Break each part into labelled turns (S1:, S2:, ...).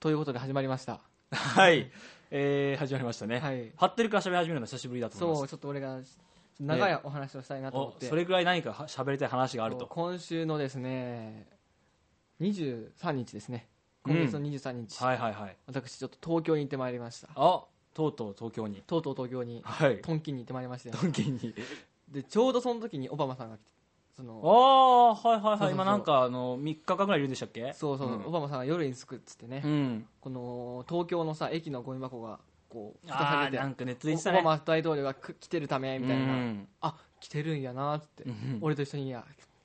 S1: ということで始まりました。
S2: はい、えー、始まりましたね、
S1: はい
S2: はってるから喋り始めるの久しぶりだと思い
S1: そ
S2: ま
S1: う、
S2: す
S1: ちょっと俺が長いお話をしたいなと思って。
S2: おそれぐらい何かは喋りたい話があると
S1: 今週のですね、23日ですね。今月の23日。
S2: はいはいはい
S1: 私、ちょっと東京に行ってまいりました。
S2: あとうとう東京に
S1: とうとう東京に、
S2: はい
S1: トンキンに行ってまいりましたよ
S2: ドンキ に
S1: で、ちょうどその時にオバマさんが来て、そ
S2: あ
S1: の、
S2: あはいはいは
S1: そう
S2: い
S1: そうそう
S2: 今なんかあの3日間ぐらいいるんでしたっけ
S1: そうそう、オバマさんが夜に着くっつってね、
S2: うん
S1: この東京のさ、駅のゴミ箱が、こう、蓋さ
S2: あ
S1: れ
S2: ー
S1: て
S2: なんかネットで言ってた
S1: オ
S2: ね
S1: バマ大統領がく来てるため、みたいな。
S2: うん
S1: あ、来てるんやなっつって
S2: う。ん
S1: 俺と一緒にいや、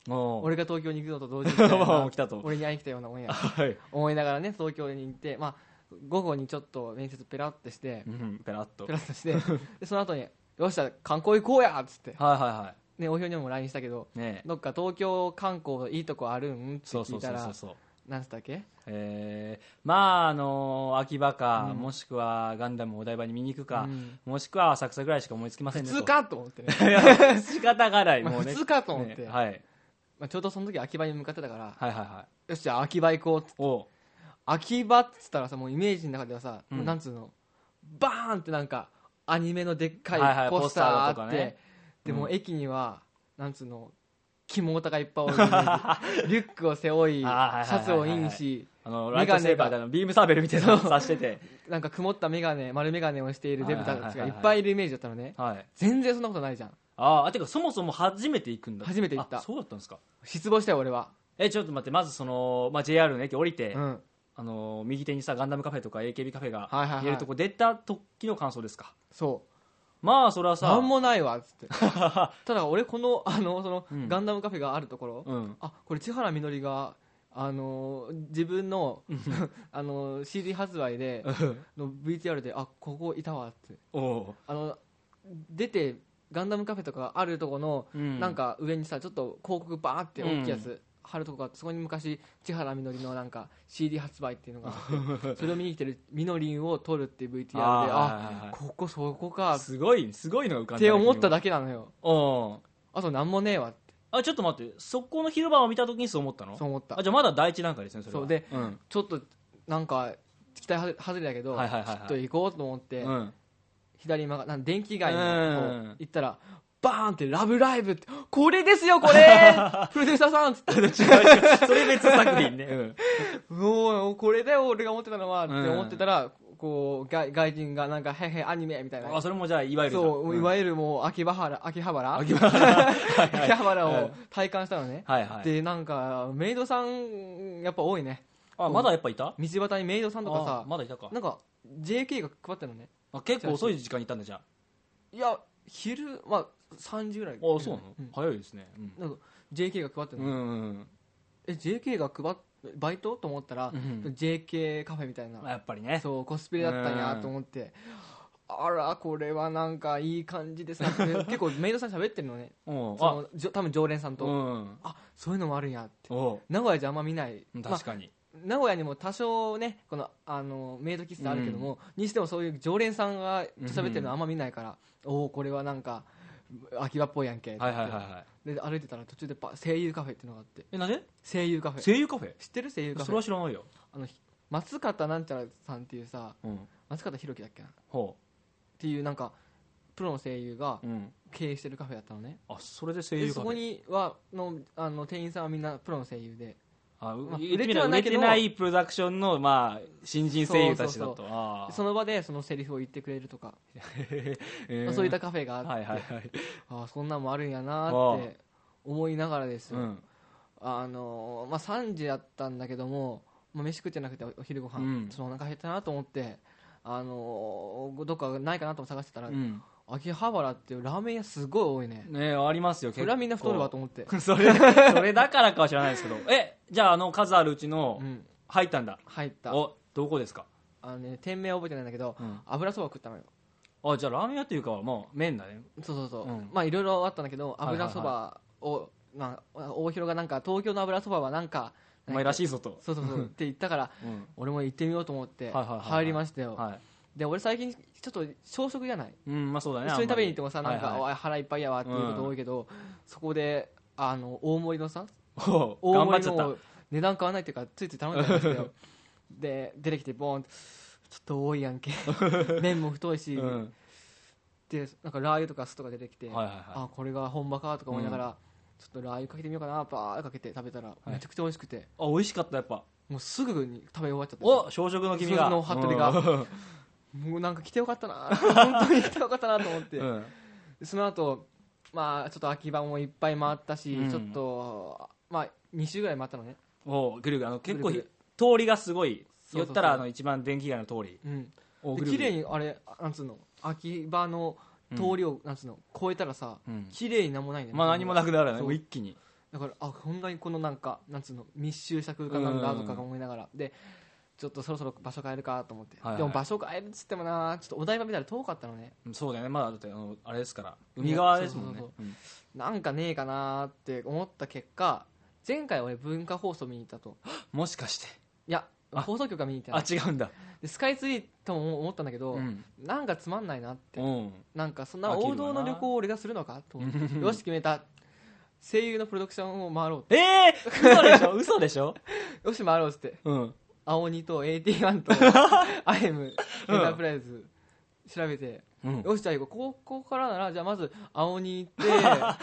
S2: おー
S1: 俺が東京に行くのと同時に来たよ
S2: オバマ
S1: な
S2: も来たと
S1: 俺に会いに来たようなもんや
S2: はい
S1: 思いながらね東京に行って、まあ、午後にちょっと面接ペラってして
S2: うんペラッと
S1: ペ
S2: はい
S1: ラッとしてでその後に「よっしゃ観光行こうや!」っつって、
S2: はいは
S1: ね、お表にも LINE したけど
S2: いねえ
S1: どっか東京観光いいとこあるんって
S2: そう
S1: 聞
S2: そ
S1: いう
S2: そ
S1: た
S2: うそ
S1: ら
S2: うそう
S1: 何つったっけ
S2: えーまああのー秋葉か、もしくはガンダムをお台場に見に行くか、
S1: うん
S2: もしくは浅草ぐらいしか思いつきませ
S1: 普
S2: んね
S1: 通かと思ってね、
S2: といや 仕方がない
S1: まあ
S2: もうね
S1: 普通かと思って
S2: ねはい、
S1: まあ、ちょうどその時秋葉に向かってたから
S2: はいはいは
S1: 「
S2: い
S1: よっしゃ秋葉行こう」っつって
S2: おう
S1: 秋葉っつったらさもうイメージの中ではさ、
S2: うん
S1: もうなんつうのバーンってなんかアニメのでっ
S2: はいは
S1: か
S2: い
S1: いポスターがあって、
S2: ポスターとかね
S1: でも
S2: う
S1: う駅には、なんつうの肝タがいっぱいお るリュックを背負いシ
S2: あーはいはいはいはい
S1: ャツをインし
S2: あのラ
S1: メ
S2: イト
S1: ガネが
S2: セーバーであのビームサーベルみたいなのをさし てて
S1: なんか曇った眼鏡丸眼鏡をしているデブたちが
S2: はいはいはいはい
S1: いっぱいいるイメージだったのね
S2: はい
S1: 全然そんなことないじゃん
S2: ああてかそもそも初めて行くんだ
S1: 初めて行った
S2: あそうだったんですか
S1: 失望したよ俺は、
S2: えちょっと待ってまずその、まあ、JR の駅降りて、
S1: うん、
S2: あのー右手にさガンダムカフェとか AKB カフェ
S1: は
S2: が
S1: いはいはい
S2: 見えるとこ出た時の感想ですか
S1: そう
S2: まあそれはさ
S1: なんもないわっつっ てただ俺このあのその、
S2: うん
S1: ガンダムカフェがあるところ、
S2: うん
S1: あこれ千原みのりが、あのー自分の、 あのー CD 発売での VTR であここいたわって
S2: おう
S1: あの出てガンダムカフェとかあるとこの、
S2: うん
S1: なんか上にさちょっと広告バーって大きいやつ、貼るとこがあってそこに昔千原みのりのなんか CD 発売っていうのがあって それを見に来てるみのりんを撮るっていう VTR で
S2: あー
S1: あ
S2: はいはいはい
S1: ここそこかっ
S2: すごいすごいのが浮かんだ
S1: て思った
S2: だ
S1: だけなのよ
S2: うん
S1: あと何もねえわって
S2: あちょっと待ってそこの広場を見た時にそう思ったの
S1: そう思った
S2: あじゃあまだ第一段階ですねそれは
S1: そうで
S2: うん
S1: ちょっとなんか期待外れだけど、
S2: はいはいはいはい
S1: ちょっと行こうと思って、
S2: うん
S1: 左に曲がなん電気街の
S2: うん
S1: 方行ったらバーンって「ラブライブ!」って「これですよこ れ! 」プロデューサーさんっつって
S2: 違う違うそれ別作品ね、うん
S1: 「もうこれだよ俺が思ってたのは」って
S2: うん
S1: 思ってたら、こう外外人がなんか「へいへいアニメ」みたいな
S2: あそれもじゃあいわゆるだ
S1: そう、
S2: ん
S1: いわゆるもう秋葉原秋葉原
S2: 秋葉原はいはい
S1: 秋葉原
S2: う
S1: を
S2: ん
S1: 体感したのね、
S2: はいはい
S1: でなんかメイドさんやっぱ多いね
S2: あまだやっぱいた
S1: 道端にメイドさんとか
S2: あ
S1: さ
S2: まだいたか
S1: なんか JK が配ってるのね
S2: あ結構遅い時間にいたんだじゃあ
S1: いや昼は3時ぐらい
S2: あそうなの
S1: うん
S2: 早いですねうん
S1: なんか JK が配ってる
S2: う
S1: の、
S2: んうん
S1: え JK が配っバイトと思ったら、
S2: うん
S1: JK カフェみたいな、
S2: まあやっぱりね
S1: そうコスプレだったんやと思って、あらこれはなんかいい感じです ね結構メイドさん喋ってるのね
S2: うん
S1: そ
S2: あ
S1: のじょ多分常連さんと、
S2: うん
S1: あそういうのもあるんやって
S2: お
S1: 名古屋じゃあんま見ない、
S2: う
S1: まあ
S2: 確かに
S1: 名古屋にも多少ねこのあのメイド喫茶あるけども、にしてもそういう常連さんが喋ってるのあんま見ないから、おおこれはなんか秋葉っぽいやんけって
S2: はいはいはいはい
S1: で歩いてたら途中でパ声優カフェっていうのがあって
S2: えなんで
S1: 声優カフェ知
S2: 声優カフェ
S1: ってる声優カ
S2: そ
S1: フ
S2: れは
S1: ェ
S2: 知らないよ
S1: あのひ松方なんちゃらさんっていうさ
S2: うん
S1: 松方弘樹だっけなっ
S2: ほ
S1: ていうなんかプロの声優が
S2: ううん
S1: 経営してるカフェだったのね
S2: あそれで声
S1: で
S2: 優カ
S1: そ
S2: フ
S1: こ
S2: ェ
S1: にはのあの店員さんはみんなプロの声優で
S2: あう
S1: まあ
S2: 言ってみ
S1: 売れ
S2: れ
S1: て
S2: ば
S1: はな
S2: 売
S1: い
S2: れ
S1: け
S2: て
S1: ど
S2: ないプロダクションのまあ新人声優たちだ
S1: そう
S2: とあー
S1: その場でそのセリフを言ってくれるとか、
S2: え
S1: まあ
S2: ー
S1: そういったカフェがあって、
S2: はいはいはい
S1: ああそんなんもあるんやなーって思いながらですよ、
S2: うん
S1: あのーまあ、3時だったんだけども、まあ、飯食ってなくておお昼ご飯、
S2: うん
S1: ちょっとお腹減ったなと思って、あのーどっかないかなとも探してたら、
S2: うん
S1: 秋葉原っていうラーメン屋すごい多いね
S2: ねありますよ
S1: それはみんな太るわと思って、
S2: 構 それそれだからかは知らないですけどえじゃああの数あるうちの
S1: うん、
S2: 入ったんだ、
S1: 入った
S2: おどこですか
S1: あの、ね、店名は覚えてないんだけど、
S2: うん
S1: 油そば食ったのよ
S2: あじゃあラーメン屋というかもう麺だね
S1: そうそうそう、
S2: うん
S1: まあいろいろあったんだけど
S2: はいはいはい
S1: 油そばを、まあ、大広がなんか東京の油そばはなんか
S2: お前ら
S1: しい
S2: しいぞと、
S1: そうそうそうって言ったから
S2: うん
S1: 俺も行ってみようと思って
S2: はいはいはいはい
S1: 入りましたよ、
S2: は
S1: で俺最近ちょっと小食じゃない
S2: い、うんまあそうだね
S1: 一緒に食べに行ってもさ
S2: あんま
S1: な
S2: り
S1: んか、
S2: は
S1: お
S2: い
S1: い腹いっぱいやわっていうこと多いけど、そこであの大盛りのさ
S2: はいお
S1: 大
S2: う頑張っ
S1: 盛り
S2: ちゃった
S1: の値段変わらないっていうかついつい頼んじゃったんですよで出てきてボーンとちょっと多いやんけ麺も太いし、
S2: うん
S1: でなんかラー油とか酢とか出てきて、
S2: はいはいはい
S1: あこれが本場かとか思いながら、ちょっとラー油かけてみようかなバーッかけて食べたら
S2: い
S1: めちゃくちゃ美味しくて、
S2: あ美味しかったやっぱ
S1: もうすぐに食べ終わっちゃった
S2: お小食の君
S1: 小
S2: が
S1: 食の服部が
S2: うん
S1: もうなんか来てよかったな本当に来てよかったなと思って、
S2: うん
S1: その後まあちょっと秋葉もいっぱい回ったし、
S2: うん
S1: ちょっとまあ2週ぐらい回ったのね、
S2: おうぐるぐるあの結構
S1: ぐ
S2: ひ
S1: る
S2: 通りがすごい
S1: そうそ
S2: 寄
S1: うそう
S2: ったらあの一番電気街の通り
S1: うん、
S2: おう
S1: で
S2: ぐるぐ
S1: 綺
S2: る
S1: 麗にあれなんつうの秋葉の通りを、なんつうの越えたらさ
S2: うん
S1: 綺麗になんもないね
S2: まあ何もなくなるね
S1: そう
S2: もう一気に
S1: だからあこんなにこのなんかなんつうの密集した空間なんだとか思いながらでちょっとそろそろ場所変えるかと思って、
S2: はいはい
S1: でも場所変えるっつってもなちょっとお台場みたいな遠かったのね
S2: そうだよねまだだってあのあれですから
S1: うん
S2: 海側ですもんね
S1: そうなんかねえかなって思った結果前回俺文化放送見に行ったと
S2: うんもしかして
S1: いや
S2: あ
S1: 放送局が見に行った
S2: あ
S1: の
S2: 違うんだ
S1: でスカイツリーとも思ったんだけど、
S2: うん
S1: なんかつまんないなって
S2: うん
S1: なんかそんな
S2: 飽きるわ
S1: 王
S2: な
S1: 道の旅行を俺がするのかと思って
S2: うん
S1: よし決めた声優のプロダクションを回ろう
S2: ええ嘘で しょ嘘でしょ
S1: よし回ろうっつって
S2: うん
S1: 青鬼と AT1 とアイムエンタープライズ調べて、
S2: うん
S1: よしじゃあ行こうここからならじゃあまず青鬼 行って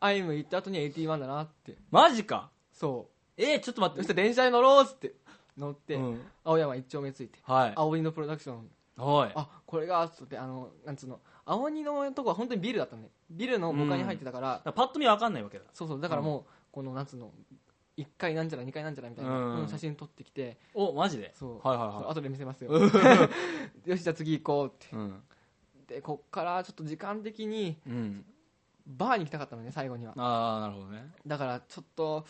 S1: アイム行った後に AT1 だなって
S2: マジか
S1: そ
S2: えーちょっと待
S1: う
S2: っ
S1: そ
S2: て
S1: して電車に乗ろうっつって乗って、
S2: うん
S1: 青山一丁目ついて
S2: はい
S1: 青鬼のプロダクション
S2: はい
S1: あこれがっつってあのなんつうの青鬼のとこは本当にビルだったねビルの向かいに入ってたから、
S2: パッと見わかんないわけだ
S1: そうそうだからもう、このなんつうの1階なんじゃら2階なんじゃらみたいな、
S2: うん
S1: うん写真撮ってきて
S2: おマジで
S1: そう
S2: はい
S1: そ
S2: は
S1: う後で見せますよ よしじゃあ次行こうって
S2: いはいうん
S1: でこっからちょっと時間的に
S2: うん
S1: バーに行きたかったのね最後には
S2: ああなるほどね
S1: だからちょっと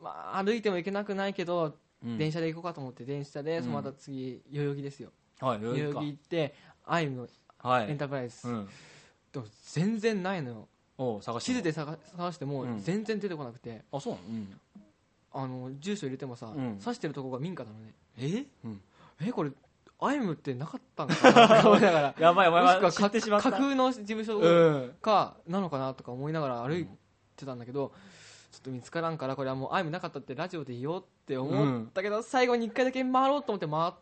S1: まあ歩いても行けなくないけど、
S2: うん
S1: 電車で行こうかと思って電車で
S2: うん
S1: そのまた次代々木ですよ、
S2: はい代
S1: 代
S2: 々
S1: 々木
S2: 木
S1: 行ってアイムの
S2: かは
S1: エン
S2: い
S1: タープライズ、
S2: うん
S1: でも全然ないのよ
S2: おう探して
S1: 地
S2: み
S1: 図
S2: よう
S1: で探探しても
S2: うん
S1: 全然出てこなくて、
S2: あそうなのうん
S1: あの住所入れてもさ、
S2: うん
S1: 指してるとこが民家なのね
S2: えうん
S1: えこれアイムってなかったんかな とか思いながら
S2: やばいお前
S1: も
S2: は
S1: し
S2: 知
S1: くは
S2: ってしまった
S1: 架空の事務所
S2: うん
S1: かなのかなとか思いながら歩いてたんだけど、ちょっと見つからんからこれはもうアイムなかったってラジオで言おうって思ったけど、最後に1回だけ回ろうと思って回っ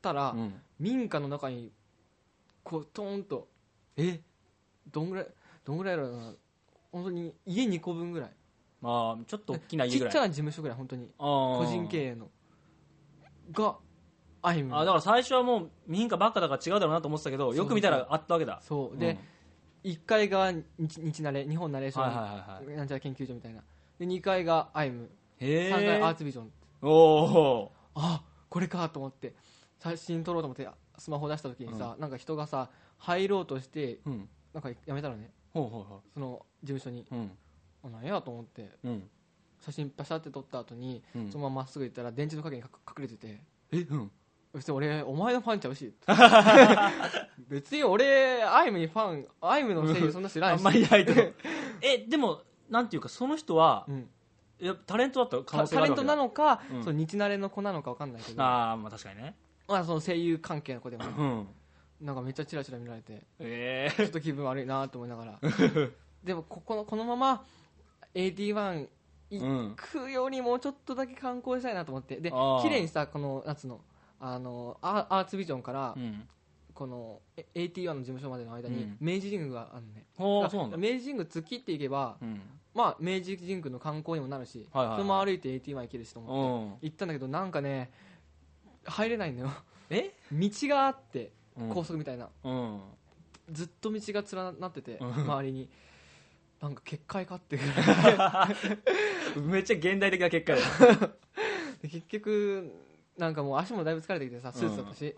S1: たら、
S2: うん
S1: 民家の中にこうトーンと
S2: え
S1: どんぐらいどんぐらいだろうな本当に家2個分ぐらい
S2: まあちょっと大きな家
S1: ち
S2: ぐ
S1: っ
S2: らい
S1: ちゃな事務所ぐらい本当に
S2: 個
S1: 個人経営のがアイム
S2: あだから最初はもう民家ばっかだから違うだろうなと思ってたけどよく見たらあったわけだ
S1: そう
S2: うん
S1: で、1階が日日ナレ日本ナレーション、
S2: はいはいはいはい
S1: なんちゃら研究所みたいなで2階がアイム
S2: へ
S1: 3階アー
S2: え
S1: ツビジョン
S2: おお
S1: あこれかと思って写真撮ろうと思ってスマホ出した時にさ、なんか人がさ入ろうとして
S2: ーうん
S1: なんかやめたのね
S2: ほうほうほ
S1: その事務所に
S2: ううん
S1: あなんやと思って
S2: うん
S1: 写真パシャって撮った後に、
S2: うん
S1: そのまままっすぐ行ったら電柱の陰に隠隠れてて
S2: えうん
S1: そして俺お前のファンちゃうし 別に俺アイムにファンアイムの声優そんな知ら
S2: あ
S1: ん
S2: ん
S1: し
S2: まりないけどえでもなんていうかその人は
S1: うん
S2: いやタレントだった可
S1: タ
S2: 能性が
S1: タ
S2: あ
S1: レン
S2: るわけ
S1: ト
S2: だ
S1: なのか、
S2: うん
S1: その日慣れの子なのか分かんないけど
S2: あーまあ確かにね
S1: まあ、その声優関係の子でも
S2: うん
S1: なんかめっちゃチラチラ見られ て
S2: え
S1: ちょっと気分悪いなと思いなが らでもここのこのまま AD1
S2: え
S1: い
S2: うん
S1: 行くよりもうちょっとだけ観光したいなと思ってで
S2: あー
S1: 綺麗にさこの夏のあのアアーツビジョンから
S2: うん
S1: このえ AT1 の事務所までの間
S2: う
S1: に
S2: ん
S1: 明治神宮があるのね、
S2: ほ
S1: だ
S2: う
S1: か
S2: そう
S1: ら
S2: なんだ
S1: 明治神宮突き切っていけば、
S2: うん
S1: まあ、明治神宮の観光にもなるし、
S2: はいはいはい
S1: そのまま歩いて AT1 行けるしと思って
S2: うん
S1: 行ったんだけどなんかね入れないのよ
S2: え
S1: 道があって
S2: うん
S1: 高速みたいな、
S2: うん
S1: ずっと道が連なってて
S2: うん
S1: 周りになんか結界かっていう
S2: めっちゃ現代的な結果だよ
S1: で結局なんかもう足もだいぶ疲れてきてさスーツだったし、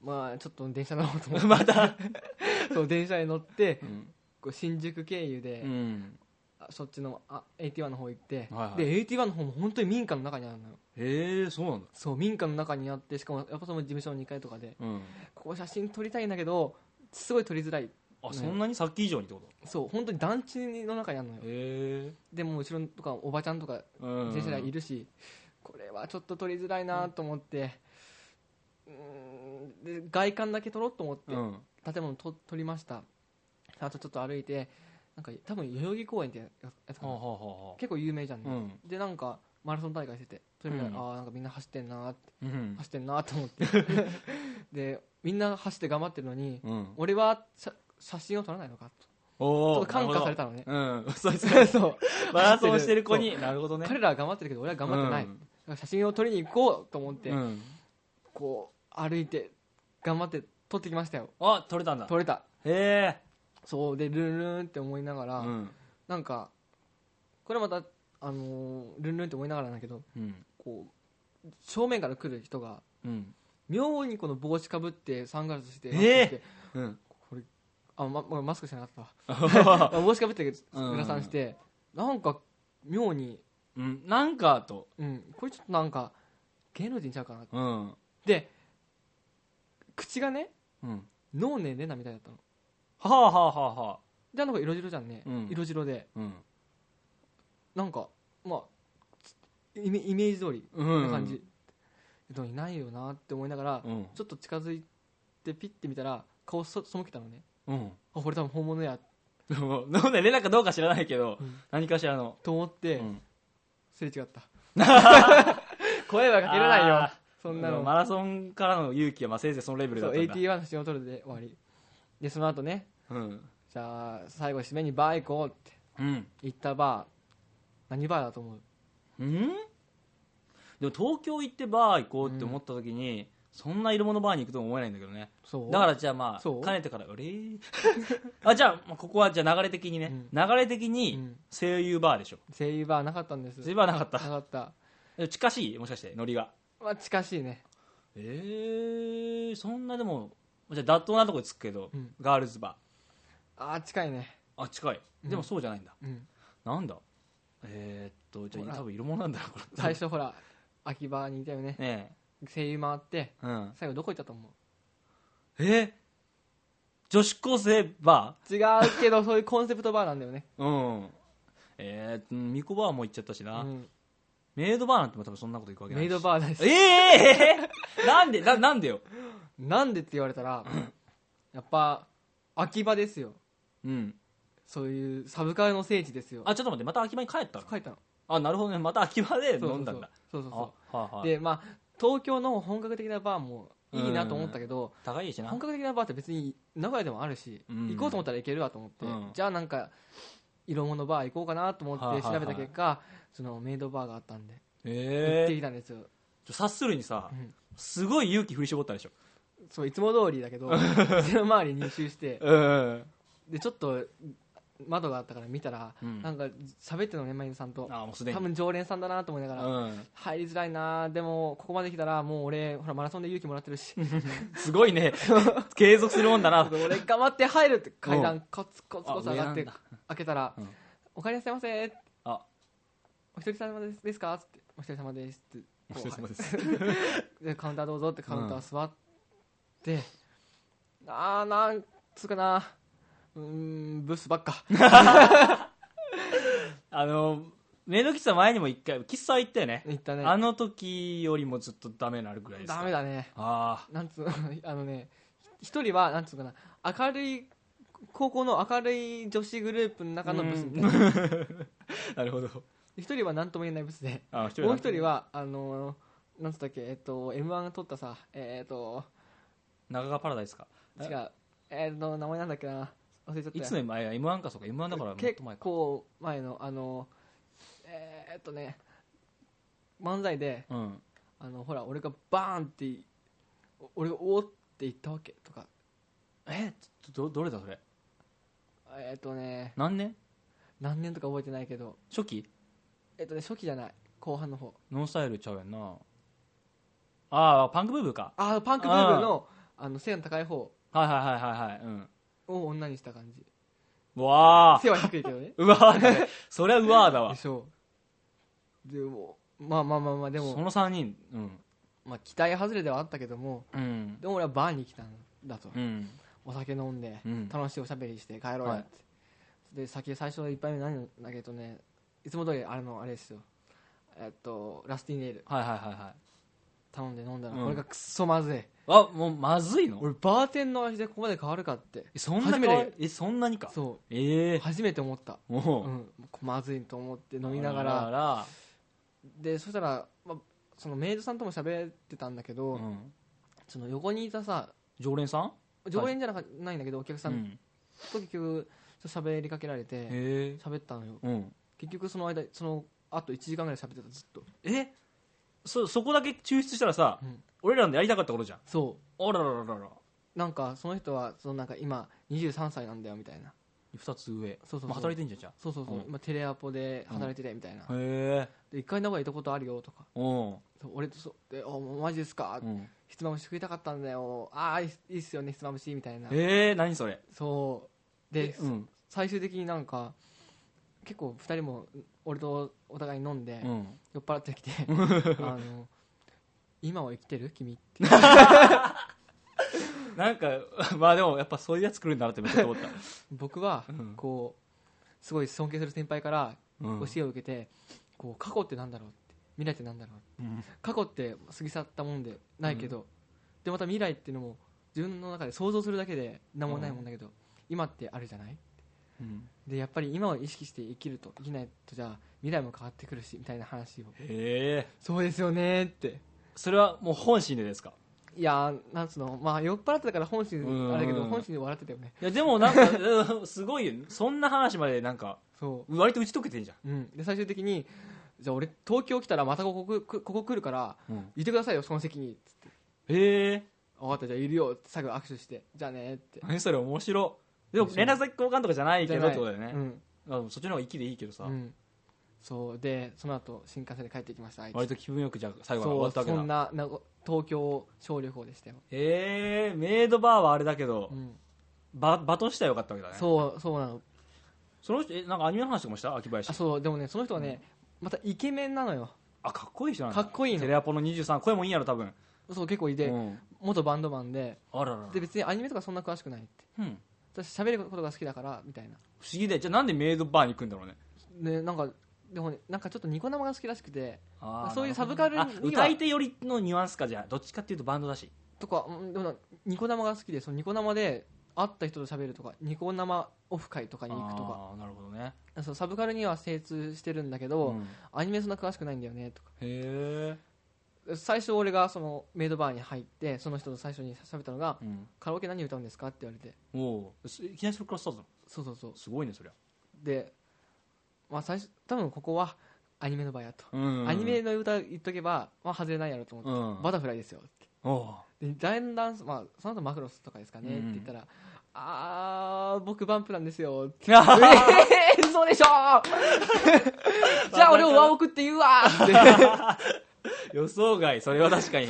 S1: まあちょっと電車乗ろうと思って
S2: また
S1: そう電車に乗って
S2: うん
S1: こう新宿経由で、
S2: うん
S1: あそっちのあ81の方行って、
S2: はいはい
S1: で81の方も本当に民家の中にあるのよ
S2: ええそうなんだ
S1: そう民家の中にあってしかもやっぱその事務所の2階とかで
S2: うん
S1: ここ写真撮りたいんだけどすごい撮りづらい
S2: あそんなにさっき以上にってこと
S1: そう本当に団地の中にあるのよ
S2: へえ
S1: でもう後ろとかおばちゃんとか
S2: うん
S1: 全世代いるし、これはちょっと撮りづらいなと思って、うーんで外観だけ撮ろうと思って
S2: うん
S1: 建物と撮りましたあとちょっと歩いてなんか多分代々木公園ってやつか
S2: はあ
S1: な
S2: はあは
S1: 結構有名じゃん
S2: あはあ
S1: ね、でなんかマラソン大会しててそれ見ながら、
S2: う
S1: ああなんかみんな走ってんなーって
S2: うん
S1: 走ってんなーと思って でみんな走って頑張ってるのに、
S2: うん
S1: 俺はさ写真を撮らないのか
S2: お
S1: と
S2: お
S1: 感化されたのね
S2: うんそうです
S1: とそう
S2: マラソンしてる子になるほどね
S1: 彼らは頑張ってるけど俺は頑張ってない、
S2: うん
S1: だから写真を撮りに行こうと思って、
S2: うん
S1: こう歩いて頑張って撮ってきましたよ
S2: あ取れたんだ
S1: 撮れた
S2: へえ
S1: そうでルンルンって思いながら、
S2: うん
S1: なんかこれまた、あのールンルンって思いながらなんだけど
S2: うん
S1: こう正面から来る人が
S2: うん
S1: 妙にこの帽子かぶってサングラスして
S2: えー
S1: マスクして、
S2: うん
S1: これあ、ままマスクしてなかったわ帽子かぶってるけどグラサンしてなんか妙に、
S2: うんなんかと
S1: うん、これちょっとなんか芸能人ちゃうかな
S2: うん
S1: で口がね
S2: うん
S1: 脳ねレナみたいだったの
S2: はあはあはあはあ
S1: であの子色白じゃんね、
S2: うん
S1: 色白で
S2: うん
S1: なんかまあつイメイメージ通り
S2: うん
S1: な感じ、でもいないよなって思いながら、
S2: うん
S1: ちょっと近づいてピッて見たら顔そ背けたのね
S2: うん
S1: あこれ多分本物や
S2: でもなんで連絡かどうか知らないけど
S1: うん
S2: 何かしらの
S1: と思って、
S2: うん
S1: すれ違った声は かけれないよ
S2: あ
S1: そんなの
S2: マラソンからの勇気はまあせいぜいそのレベルだ
S1: そう
S2: ったんだ
S1: 81の写真を撮るで終わりでその後ね
S2: うん
S1: じゃあ最後締めにバー行こうって
S2: うん
S1: 行ったバー何バーだと思う
S2: うんでも東京行ってバー行こうって思った時に、そんな色物バーに行くとも思えないんだけどね
S1: そう
S2: だからじゃあまあ
S1: そう
S2: かねてから「あれ あじゃあまあここはじゃあ流れ的にね、流れ的
S1: う
S2: に
S1: ん
S2: 声優バーでしょ
S1: 声優バーなかったんです
S2: 声優バーなかっ
S1: な
S2: た
S1: かった
S2: え近しいもしかしてノリが
S1: まあ近しいね
S2: えー、そんなでもじゃあ妥当なとこにつくけど、
S1: うん
S2: ガールズバ
S1: ああ近いね
S2: ーあ近いでもそうじゃないんだ、
S1: うん
S2: なんだえー、っとじゃ
S1: ほ
S2: あ
S1: ら
S2: 多分色物なんだなこれ
S1: 最初ほら秋葉にいたよね
S2: ね
S1: 声優回って
S2: えうん
S1: 最後どこ行ったと思
S2: えー女子高生バー
S1: う違うけどそういうコンセプトバーなんだよね
S2: うん。えー、ミコバーも行っちゃったし
S1: う
S2: な、
S1: ん
S2: メイドバーなんても多分そんなこと行くわけない
S1: メイ
S2: し
S1: ドバーだし
S2: ええー、なんでななんでよ
S1: なんでって言われたらやっぱ秋葉ですよ
S2: うん
S1: そういうサブカルの聖地ですよ
S2: あちょっと待ってまた秋葉に帰ったの
S1: 書いたの
S2: あなるほどねまた秋葉で飲んだんだ
S1: そうそうそうそうそう
S2: あはい
S1: そう
S2: はい
S1: でまあ東京の本格的なバーもいいなと思ったけど
S2: 高いしな
S1: 本格的なバーって別に名古屋でもあるし
S2: うん
S1: 行こうと思ったら行けるわと思って
S2: うん
S1: じゃあなんか色物バー行こうかなと思
S2: はい
S1: っ
S2: はい
S1: て
S2: は
S1: 調
S2: い
S1: べた結果そのメイドバーがあったんで行っ
S2: え
S1: て
S2: え
S1: きたんですよ
S2: ー、察するにさ、
S1: うん
S2: すごい勇気振り絞ったでしょ
S1: そういつも通りだけ ど店の周りに入手して
S2: うん
S1: でちょっと窓があったから見たら
S2: うん
S1: なんか喋ってるのねマインさんと
S2: あもうすでに
S1: 多分常連さんだなと思いながら
S2: うん、
S1: 入りづらいなでもここまで来たらもう俺ほらマラソンで勇気もらってるし
S2: すごいね継続するもんだな
S1: 俺頑張って入るって階
S2: う
S1: 段コツコツコツ上がっ
S2: あ
S1: て
S2: 上なん
S1: 開けたら
S2: うん
S1: 「お帰りなさいませ」
S2: あ
S1: お一人様ですですか?」つって「お一人様です」って
S2: お疲れ様です
S1: でカウンターどうぞってカウンター座って、あーなんつうかなうーんブスばっ か
S2: あのメイド喫茶前にも一回喫茶行ったよね
S1: 言ったね
S2: あの時よりもずっとダメになるぐらいですか
S1: ダメだね
S2: ああ
S1: なんつうあの ね一人はなんつうかな明るい高校の明るい女子グループの中のブスみたいな
S2: なるほど
S1: 一人は何とも言えないブスで
S2: あ一
S1: もう一人はあのーなんつったっけえっと m 1が取ったさえっと
S2: 中川パラダイスか
S1: 違うえっと名前なんだっけな忘れちゃった
S2: い
S1: よ
S2: つの前や m 1かそうか m 1だからもっと
S1: 結
S2: 前か
S1: 構前のあのえーっとね漫才で
S2: うん
S1: あのほら俺がバーンってお俺がおーって言ったわけとか
S2: えちょどどれだそれ
S1: えーっとね
S2: 何年
S1: 何年とか覚えてないけど
S2: 初期
S1: えーっとね初期じゃない後半の方
S2: ノンスタイルちゃうやんなああパンクブーブーか
S1: あーパンクブーブーのあの背の高い方
S2: はいはいはいはいはいうん
S1: を女にした感じ
S2: うわあ
S1: 背は低いけどね
S2: うわあだねそりゃうわ あだわ
S1: でしょうでもまあまあまあまあで
S2: そ
S1: も、
S2: の3人うん
S1: まあ、期待外れではあったけども
S2: うん
S1: でも俺はバーに来たんだと
S2: うん
S1: お酒飲んで、
S2: うん
S1: 楽しいおしゃべりして帰ろうよって、
S2: はい
S1: で先最初一杯目何だけどねいつも通りあれのあれですよえっとラスティネール
S2: はいはいはいはい
S1: 頼んで飲んだら、
S2: うん
S1: これがくっそまずい
S2: あもうまずいの
S1: 俺バーテンの味でここまで変わるかって
S2: えそんな
S1: 初め
S2: 変わ
S1: て
S2: えそんなにか
S1: そ
S2: ええ
S1: う初めて思った、
S2: も
S1: うん、まずいと思って飲みなが
S2: あ
S1: らでそしたら、まあそのメイドさんとも喋ってたんだけど、
S2: うん
S1: その横にいたさ
S2: 常連さん
S1: 常連じゃなかないんだけどお客さ
S2: うんん
S1: と結局ちょっと喋りかけられ
S2: へ
S1: て
S2: え
S1: 喋ったのよ
S2: うん
S1: 結局その間そのあと1時間ぐらい喋ってたずっと
S2: えそそこだけ抽出したらさ、
S1: うん
S2: 俺らのやりたかったことじゃん
S1: そ
S2: あららららら
S1: うなんかその人はそのなんか今23歳なんだよみたいな
S2: 2つ上
S1: そうそうそう
S2: まあ、働いてんじゃんじゃ
S1: そうそうそう、
S2: うん
S1: 今テレアポで働いててみたいな、
S2: あへえ
S1: で一回名古屋行ったことあるよとか
S2: うん
S1: そう俺とそうでおマジですか、
S2: うん
S1: ひつまぶし食いたかったんだよああいいいいっすよねひつまぶしみたいな
S2: えー、何それ
S1: そうで、
S2: うん
S1: 最終的になんか結構2人も俺とお互い飲んで、
S2: うん
S1: 酔っ払ってきてあの今は生きてる君って
S2: なんか まあでもやっぱそういうやつ来るんだなってめっちゃ思 った、
S1: 僕は
S2: うん
S1: こうすごい尊敬する先輩から
S2: うん
S1: 教えを受けて、こう過去ってなんだろうって未来ってなんだろう
S2: うん
S1: 過去って過ぎ去ったもんでないけど、でまた未来っていうのも自分の中で想像するだけで何もないもんだけど、今ってあるじゃない
S2: うん
S1: でやっぱり今を意識して生きると生きないとじゃあ未来も変わってくるしみたいな話を
S2: へえ
S1: そうですよねって
S2: それはもう本心でですか
S1: いやーなんつうのまあ酔っ払ってたから本心
S2: う
S1: あ
S2: ん
S1: れだけど本心で笑ってたよね
S2: いやでもな んかうんすごいよねそんな話までなんか
S1: そ
S2: 割と打ち解けてんじ
S1: う、うん、で最終的にじゃあ俺東京来たらまたここくここ来るから
S2: ゃん、うん、
S1: いてくださいよその席につって
S2: へえ
S1: 分かったじゃあいるよって最後握手してじゃあねーって
S2: 何それ面白いでも連絡先交換とかじゃないけどってことだよね
S1: う、ん
S2: あそっちの方が息でいいけどさ、
S1: うん、そうでその後新幹線で帰ってきましたあいつ
S2: 割と気分よくじゃあ最後は終わ
S1: そ
S2: っ
S1: う
S2: たわけ
S1: そ
S2: だ
S1: んななご東京小旅行でしたよ、
S2: えー、メイドバーはあれだけど、
S1: うん、
S2: 場場としてはよかったわけだね
S1: そうそうなの
S2: その人えなんかアニメの話とかもした秋林
S1: あそうでもねその人はね、またイケメンなのよ
S2: あかっこいい人なん
S1: かっこいいの
S2: テレアポの23声もいいやろ多分
S1: そう結構いて、
S2: うん
S1: 元バンドマンで
S2: あららら
S1: で別にアニメとかそんな詳しくないって
S2: うん
S1: 私喋ることが好きだからみたいな
S2: 不思議でじゃあなんでメイドバーに行くんだろうね
S1: でなんかでもねなんかちょっとニコ生が好きらしくて
S2: あー
S1: そういうサブカルには
S2: なるほどねあ歌い手寄りのニュアンスかじゃあどっちかっていうとバンドだし
S1: とかうんでもなニコ生が好きでそのニコ生で会った人と喋るとかニコ生オフ会とかに行くとか
S2: あーなるほどね
S1: そうサブカルには精通してるんだけど、
S2: うんへ
S1: アニメそんな詳しくないんだよねとか
S2: え、
S1: 最初俺がそのメイドバーに入ってその人と最初に喋ったのが
S2: うん、
S1: 「カラオケ何歌うんですか?」って言われて
S2: おおうすいきなりそれからスタートな
S1: そうそうそう
S2: のすごいねそりゃ
S1: で、まあ、最初多分ここはアニメの場やと、
S2: うん
S1: アニメの歌言っとけば、まあ、外れないやろと思って、
S2: うん
S1: バタフライですよって
S2: おお
S1: でだんだん、まあ、その後マクロスとかですかねって言ったら、あー僕バンプなんですよ って
S2: あー
S1: えー、そうでしょ じゃあ俺をワオクって言うわって
S2: 予想外それは確かに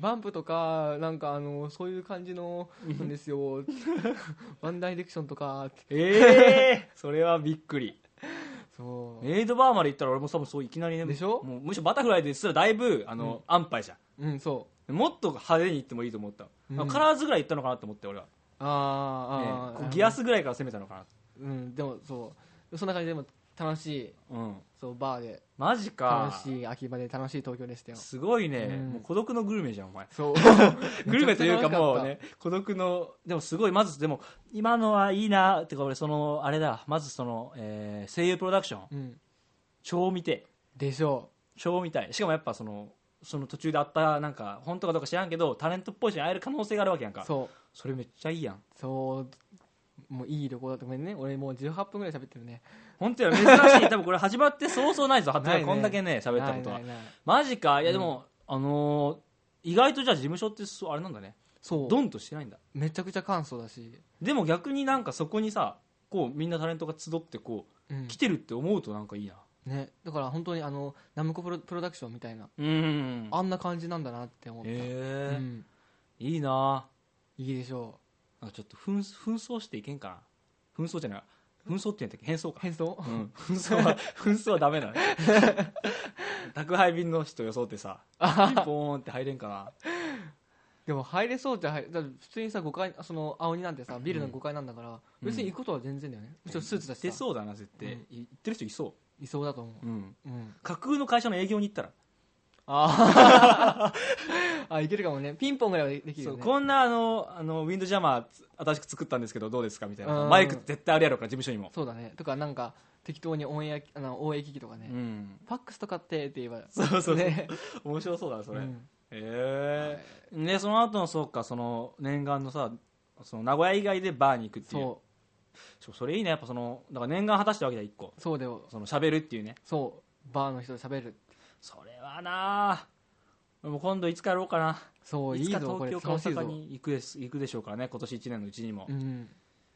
S1: バンプとかなんかあのそういう感じのなんです よってワンダイレクションとかって
S2: ええ それはびっくり
S1: そう
S2: メイドバーまで行ったら俺も多分そういきなりね
S1: でしょ
S2: もうむしろバタフライですらだいぶあの、安牌じゃ
S1: うんそうん
S2: もっと派手に行ってもいいと思った、
S1: うん
S2: カラーズぐらい行ったのかなと思って俺は、
S1: あーあー、
S2: ねこうギアスぐらいから攻めたのかな
S1: うんでもそうそんな感じでも楽しい
S2: うん
S1: そうバーで
S2: マジか
S1: 楽しい秋葉で楽しい東京でしたよ
S2: すごいね、
S1: うん
S2: もう孤独のグルメじゃんお 前
S1: そう
S2: グルメというかもうね孤独のでもすごいまずでも今のはいいなってか俺そのあれだまずその、えー声優プロダクション
S1: うん
S2: 超見て
S1: でしょ
S2: 超みたいしかもやっぱそのその途中であったなんか本とかどうか知らんけどタレントっぽい人に会える可能性があるわけやん
S1: う
S2: かそ
S1: そう
S2: れめっちゃいいやん
S1: そうもういい旅行だったごめんね俺もう18分ぐらい喋ってるね
S2: 本当や珍しい多分これ始まって そうそうないぞ初
S1: ない
S2: め
S1: ね
S2: こんだけね喋ったことは
S1: ないないない
S2: マジかいやでも、あのー意外とじゃあ事務所ってそうあれなんだね
S1: そう
S2: ドンとしてないんだ
S1: めちゃくちゃ簡素だし、
S2: でも逆になんかそこにさこうみんなタレントが集ってこ
S1: う
S2: うん来てるって思うとなんかいいな
S1: ね、だから本当にあのナムコプロプロダクションみたいな
S2: うん
S1: あんな感じなんだなって思った、
S2: へえ、
S1: うん、
S2: いいない
S1: いでしょ
S2: なんかちょっと紛紛争していけんかな紛争じゃない紛争って言うんだっけ変装
S1: う
S2: か
S1: 変装
S2: 紛争は、紛争はダメだね。 宅配便の人装ってさ、ピンポーンって入れんかな。
S1: でも入れそうじゃ入れだって普通にさ5階その青鬼なんてさビルの5階なんだから、別に行くことは全然だよねむしろスーツだし
S2: 出
S1: さ
S2: そうだな、絶対。
S1: うん
S2: い行ってる人いそ
S1: いそうだと思
S2: う。うん。
S1: う、うん、
S2: 架空の会社の営業に行ったら。
S1: あー あいけるかもねピンポンぐらいはできる
S2: そ
S1: よ
S2: う
S1: ね
S2: こんな、あの、あの、ウィンドジャマー、新しく作ったんですけど、どうですかみたいな。
S1: うん
S2: マイク絶対あるやろから、事務所にも。
S1: そうだねとかなんか適当にオンエアあの応援機器とかね、
S2: うん
S1: ファックスとかってって言えば
S2: そうそう
S1: ね
S2: 面白そうだなそれ、
S1: うん
S2: へえ、でその後のそうかその念願のさその名古屋以外でバーに行くっていう
S1: そ
S2: そうそれいいねやっぱそのだから念願果たしたわけだ一個
S1: うそうだよ
S2: その喋るっていうね
S1: そうバーの人と喋る
S2: それはなあもう今度いつかやろうかな
S1: そうい
S2: い
S1: い
S2: つか
S1: ぞこれ
S2: 東京か大
S1: 楽しい
S2: 阪
S1: ぞ
S2: に行くです行くでしょうからね今年1年のうちにも、
S1: うん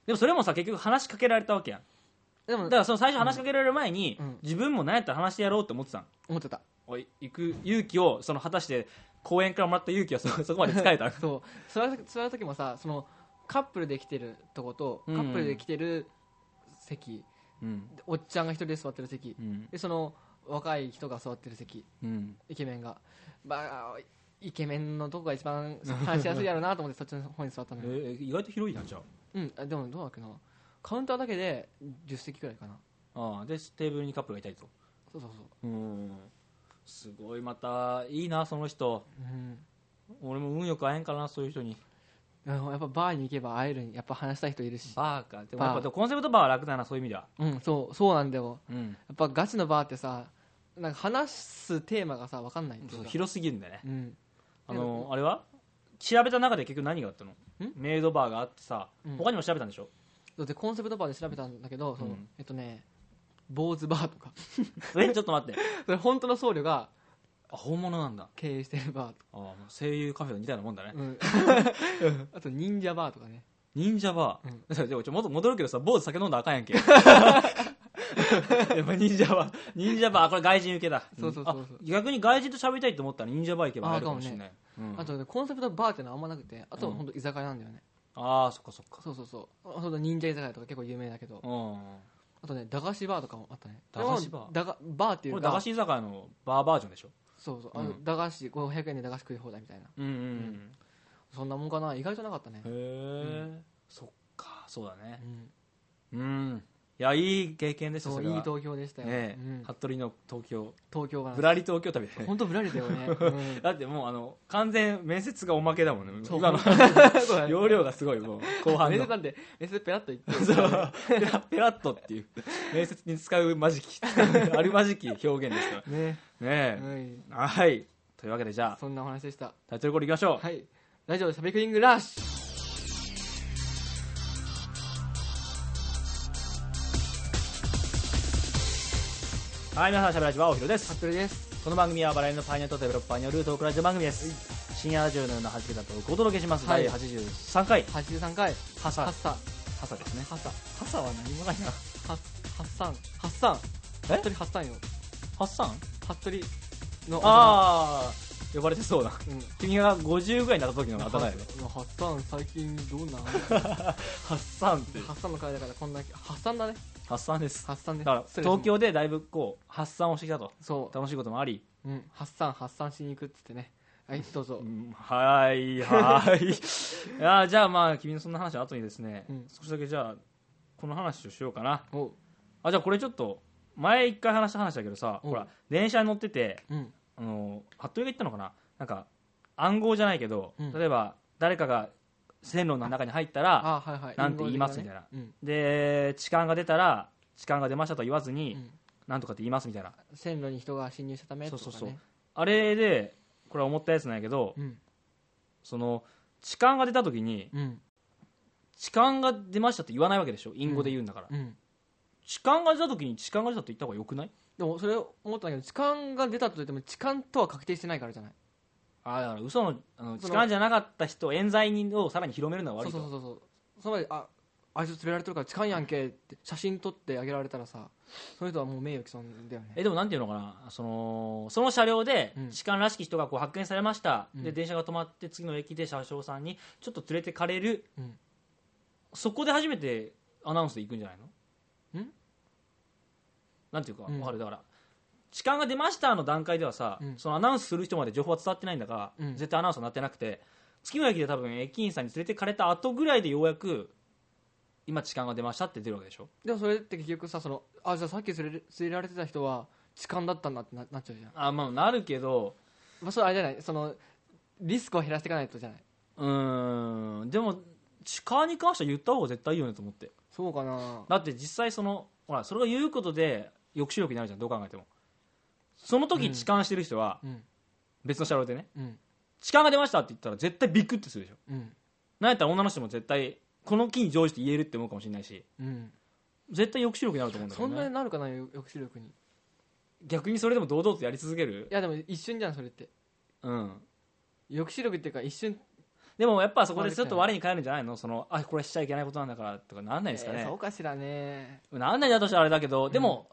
S2: でもそれもさ結局話しかけられたわけやん
S1: で
S2: だ
S1: も
S2: からその最初話しかけられる前に、
S1: うん
S2: 自分も何やったら話してやろうって思ってたん
S1: 思ってた
S2: おい行く勇気をその果たして公園からもらった勇気はそそこまで使えた
S1: そう座る座る時もさそのカップルで来てるとことカ
S2: うん
S1: ップルで来てる席、
S2: うん
S1: でおっちゃんが一人で座ってる席、
S2: うん
S1: でその若い人が座ってる席
S2: うん
S1: イケメンがまあイケメンのとこが一番話しやすいやろうなと思ってそっちの方に座った
S2: え
S1: のよ、
S2: ー意外と広いなじゃ
S1: うん、あでもどうだっけなカウンターだけで10席くらいかな
S2: あああでテーブルにカップルがいたりと
S1: そうそうそう
S2: うんすごいまたいいなその人
S1: うん
S2: 俺も運よく会えんかなそういう人に
S1: でもやっぱバーに行けば会えるんやっぱ話したい人いるし
S2: バーかでも
S1: バー
S2: やっぱコンセプトバーは楽だなそういう意味では
S1: うんそうそうなんだよ
S2: うん
S1: やっぱガチのバーってさなんか話すテーマがさ分かんないっていうか
S2: 広すぎるんだよね
S1: うん
S2: あのあれは調べた中で結局何があったのメイドバーがあってさ
S1: うん
S2: 他にも調べたんでしょ
S1: だってコンセプトバーで調べたんだけどその、
S2: うん
S1: えっとね坊主バーとか
S2: えちょっと待って
S1: それ本当の僧侶が
S2: あ本物なんだ
S1: 経営してるバーとか、
S2: あもう声優カフェみたいなもんだね
S1: うん あと忍者バーとかね
S2: 忍者バー、でもちょっと戻るけどさ坊主酒飲んだらあかんやん けやっぱ忍者バー忍者バーこれ外人受けだ
S1: そうそうそうそうん
S2: あ逆に外人と喋りたいと思ったら忍者バー行けば会えるかもしれないうん
S1: あとねコンセプトバーってのはあんまなくてあと
S2: うん
S1: 本当居酒屋なんだよね、
S2: ああそっかそっか
S1: そうそうそうあそうだ忍者居酒屋とか結構有名だけど
S2: うん
S1: あとね駄菓子バーとかもあったね
S2: 駄菓子バー
S1: でも駄菓バーってい
S2: こ
S1: う
S2: れ
S1: か
S2: 駄菓子居酒屋のバーバージョンでしょ
S1: そうそうあの、駄菓子500円で駄菓子食い放題みたいな
S2: うんうん
S1: そんなもんかな意外となかったね
S2: へえそっかそうだね
S1: うん
S2: うんいやいい経験でした
S1: そ
S2: そうれ
S1: いい
S2: は
S1: 東京でしたよ、
S2: ね
S1: う
S2: え
S1: ん
S2: 服部の東京
S1: 東京が
S2: ぶらり東京旅で
S1: 本当ぶられたよね、うん
S2: だってもうあの完全面接がおまけだもんね
S1: そう
S2: 今の
S1: そうだね
S2: 容量がすごいもう後半
S1: 面
S2: の
S1: 接なんで面接ペラッと行って
S2: そうペラペラッとっていう面接に使うまじきあるまじき表現ですからね
S1: ね、う
S2: え、
S1: ん、
S2: はいというわけでじゃあ
S1: そんなお話でした
S2: タイトルコールいきましょう、
S1: はいラジオしゃべくりングラッシュ
S2: はい皆さんしゃべらじはおひろです
S1: 服部です
S2: この番組はバラエティのパイナットデベロッパーによるトークラジオ番組です、深夜ラジオのような初めだとお届けします、
S1: はい
S2: 第83回
S1: 83回
S2: ハサ
S1: ハッサ
S2: ハサですね
S1: ハッサ
S2: ハサは何もないな
S1: ハッハッサンハッサン
S2: え
S1: 服部ハッサンよ
S2: ハッサン
S1: 服部の
S2: ああ呼ばれてそうだ
S1: あうん
S2: 君が50ぐらいになった時の頭やね
S1: ハッサン最近どうなん
S2: ハッサンって
S1: ハッサンの会だからこんなハッサンだね
S2: ハッサンです
S1: ハッサンで
S2: だ
S1: す
S2: から
S1: 失礼しま
S2: 東
S1: す
S2: 京でだいぶこう発散をしてきたと
S1: そ
S2: 楽しいこともあり
S1: う、うん、ハッサンハッサンしに行くっつってねはいどうぞ、
S2: うんはーい はーいいやーじゃあまあ君のそんな話の後にですね、
S1: うん
S2: 少しだけじゃあこの話をしようかな
S1: おう
S2: あじゃあこれちょっと前一回話した話だけどさ
S1: うん
S2: ほら電車に乗ってて
S1: うん
S2: あの服部が言ったのかななんか暗号じゃないけど、
S1: うん
S2: 例えば誰かが線路の中に入ったら
S1: あはいはい
S2: なんて言います
S1: 陰謀的
S2: で痴漢が出たら痴漢が出ましたと言わずに、
S1: うん
S2: なんとかって言いますみたいな
S1: うん線路に人が侵入したためとか、ね、
S2: そうそうそうあれでこれは思ったやつなんやけど、
S1: うん
S2: その痴漢が出た時に
S1: うん
S2: 痴漢が出ましたって言わないわけでしょ隠語で言うんだから、
S1: うん
S2: 痴漢が出た時に痴漢が出たって言った方がよくない
S1: でもそれを思ったんだけど痴漢が出たといっても痴漢とは確定してないからじゃない
S2: ああだから嘘のあの
S1: そ
S2: 痴
S1: の
S2: 漢じゃなかった人冤罪人をさらに広めるのは
S1: そ
S2: 悪
S1: う
S2: いと
S1: そうそうそうその前でああいつ連れられてるから痴漢やんけって写真撮ってあげられたらさその人はもう名誉毀損だよね
S2: えでもなんていうのかなそのその車両で
S1: うん
S2: 痴漢らしき人がこう発見されました、
S1: うん
S2: で電車が止まって次の駅で車掌さんにちょっと連れてかれる、
S1: うん
S2: そこで初めてアナウンスで行くんじゃないの
S1: ん
S2: なんていうか、
S1: うん
S2: わかるだから痴漢が出ましたの段階ではさ、
S1: うん
S2: そのアナウンスする人まで情報は伝わってないんだから、
S1: うん
S2: 絶対アナウンスになってなくて次の駅で多分駅員さんに連れてかれた後ぐらいでようやく今痴漢が出ましたって出るわけでしょ
S1: でもそれって結局さそのあじゃあさっき連れ連れられてた人は痴漢だったんだってななっちゃうじゃん、
S2: あまあなるけど
S1: まあ、それあれじゃないそのリスクを減らしていかないとじゃない、
S2: うーんでも痴漢に関しては言った方が絶対いいよねと思って
S1: そうかな
S2: だって実際そのほらそれが言うことで抑止力になるじゃんどう考えてもその時痴漢してる人は
S1: うん
S2: 別の車両でね
S1: うん
S2: 痴漢が出ましたって言ったら絶対ビクッてするでしょ
S1: うん
S2: なんやったら女の人も絶対この機に乗じて言えるって思うかもしれないし
S1: うん
S2: 絶対抑止力になると思うんだけ
S1: そ
S2: ど、
S1: ん
S2: ね、
S1: なになるかなよ抑止力にい
S2: 逆にそれでも堂々とやり続ける
S1: やでも一瞬じゃんそれって
S2: うん
S1: 抑止力っていうか一瞬
S2: でもやっぱそこでちょっと我に返るんじゃないのそのあこれしちゃいけないことなんだからとかなんないですか
S1: え
S2: ね
S1: ー、そうかしらね
S2: なんないだとしたらあれだけどでも、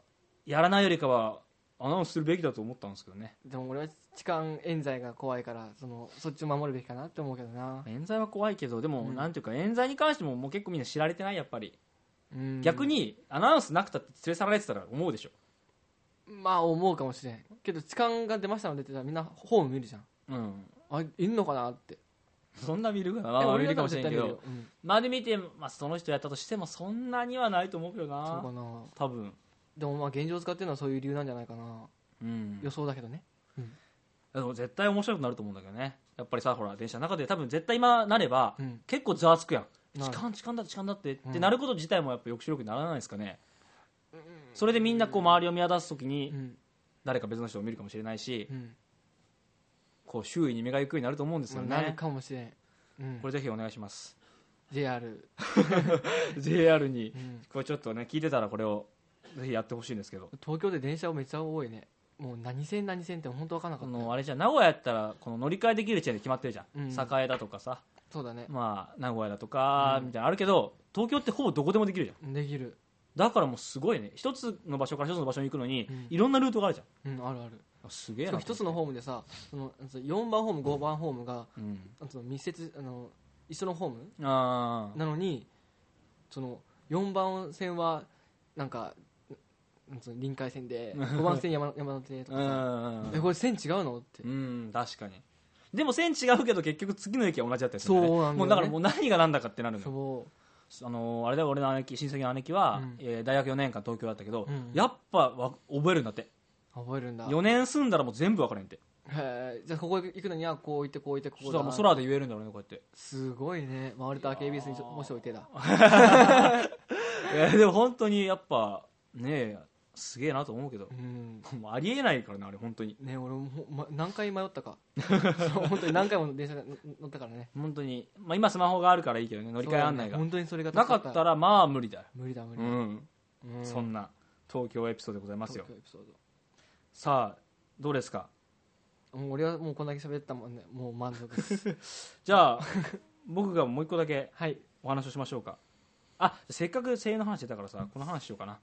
S2: やらないよりかはアナウンスするべきだと思ったんですけどね
S1: でも俺は痴漢冤罪が怖いからそのそっちを守るべきかなって思うけどな、
S2: 冤罪は怖いけどでも、
S1: うん
S2: なんていうか冤罪に関してももう結構みんな知られてないやっぱり、
S1: うん
S2: 逆にアナウンスなくたって連れ去られてたら思うでしょ、
S1: まあ思うかもしれんけど痴漢が出ましたのでって言ったらみんなホーム見るじゃん
S2: うん、
S1: あいんのかなって
S2: そんな見るかな、ま
S1: いや
S2: あ、見
S1: だ
S2: る
S1: っ
S2: か
S1: た
S2: も
S1: ら
S2: しれ
S1: 絶対
S2: んけ
S1: 見るよ
S2: ど
S1: うん
S2: まで見て、まあ、その人やったとしてもそんなにはないと思うけど
S1: そう
S2: な
S1: かな
S2: 多分、
S1: でもまあ現状使ってるのはそういう理由なんじゃないかな
S2: うん、
S1: 予想だけどね
S2: でも絶対面白くなると思うんだけどねやっぱりさほら電車の中で多分絶対今なれば、
S1: うん
S2: 結構ざわつくやん
S1: な
S2: 痴
S1: る
S2: 漢痴漢だって痴漢だって、
S1: うん
S2: ってなること自体もやっぱ抑止力にならないですかね、それでみんなこう周りを見渡す時
S1: う
S2: に
S1: ん
S2: 誰か別の人を見るかもしれないし、
S1: うん
S2: こう周囲に目が行くようになると思うんですよね、
S1: まあなるかもしれん、うん
S2: こ、れぜひお願いします
S1: JR、
S2: JR に
S1: うん
S2: これちょっとね聞いてたらこれをぜひやってほしいんですけど
S1: 東京で電車をめっちゃ多いねもう何線何線って本当わからなか
S2: こ
S1: った、
S2: のあれじゃん名古屋やったらこの乗り換えできる地点で決まってるじゃん、
S1: うん
S2: 栄だとかさ、
S1: そうだね
S2: まあ、名古屋だとかみたいなのあるけど、東京ってほぼどこでもできるじゃん
S1: できる
S2: だからもうすごいね一つの場所から一つの場所に行くのに、
S1: うん
S2: いろんなルートがあるじゃん
S1: うんあるある
S2: あすげ
S1: し
S2: えな
S1: かも一つのホームでさそのその4番ホーム5番ホームが
S2: うん
S1: あの密接あの一緒のホーム
S2: あ
S1: なのにその4番線はなんかうんその臨海線で5番線山山手と
S2: あ
S1: かさえこれ線違うのって
S2: うん確かにでも線違うけど結局次の駅は同じだったりする
S1: そうなんだよね
S2: もうだからもう何が何だかってなるのよ
S1: そ
S2: あのーあれだよ俺の姉貴親戚の姉貴は、
S1: うん
S2: えー大学4年間東京だったけど、
S1: うん
S2: やっぱわ覚えるんだって
S1: う覚えるんだ
S2: 4年住んだらもう全部分かれんって
S1: へえじゃあここ行くのにはこう行ってこう行ってこ
S2: そ
S1: こ
S2: したらもう
S1: だ
S2: 空で言えるんだろうねこ うやっ
S1: すごいね回れた KBS にちょもし置いてだ
S2: て、えーでも本当にやっぱねえすげえなと思うけど
S1: う、ん
S2: もうありえないからなあれ本当に
S1: ね俺もほ、ま、何回迷ったか そう本当に何回も電車で乗ったからね
S2: 本当に、まあ、今スマホがあるからいいけどね乗り換え案内
S1: そうだね
S2: が、
S1: 本当にそれが
S2: なかった
S1: ら
S2: らまあ無理だよ、
S1: 無理だ無理
S2: う
S1: だ、
S2: ん
S1: うん
S2: そんな東京エピソードでございますよ
S1: 東京エピソード
S2: さあどうですか
S1: もう俺はもうこんだけ喋ったもんねもう満足です
S2: じゃあ 僕がもう一個だけ
S1: はい
S2: お話をしましょうかあせっかく声優の話だからさこの話しようかな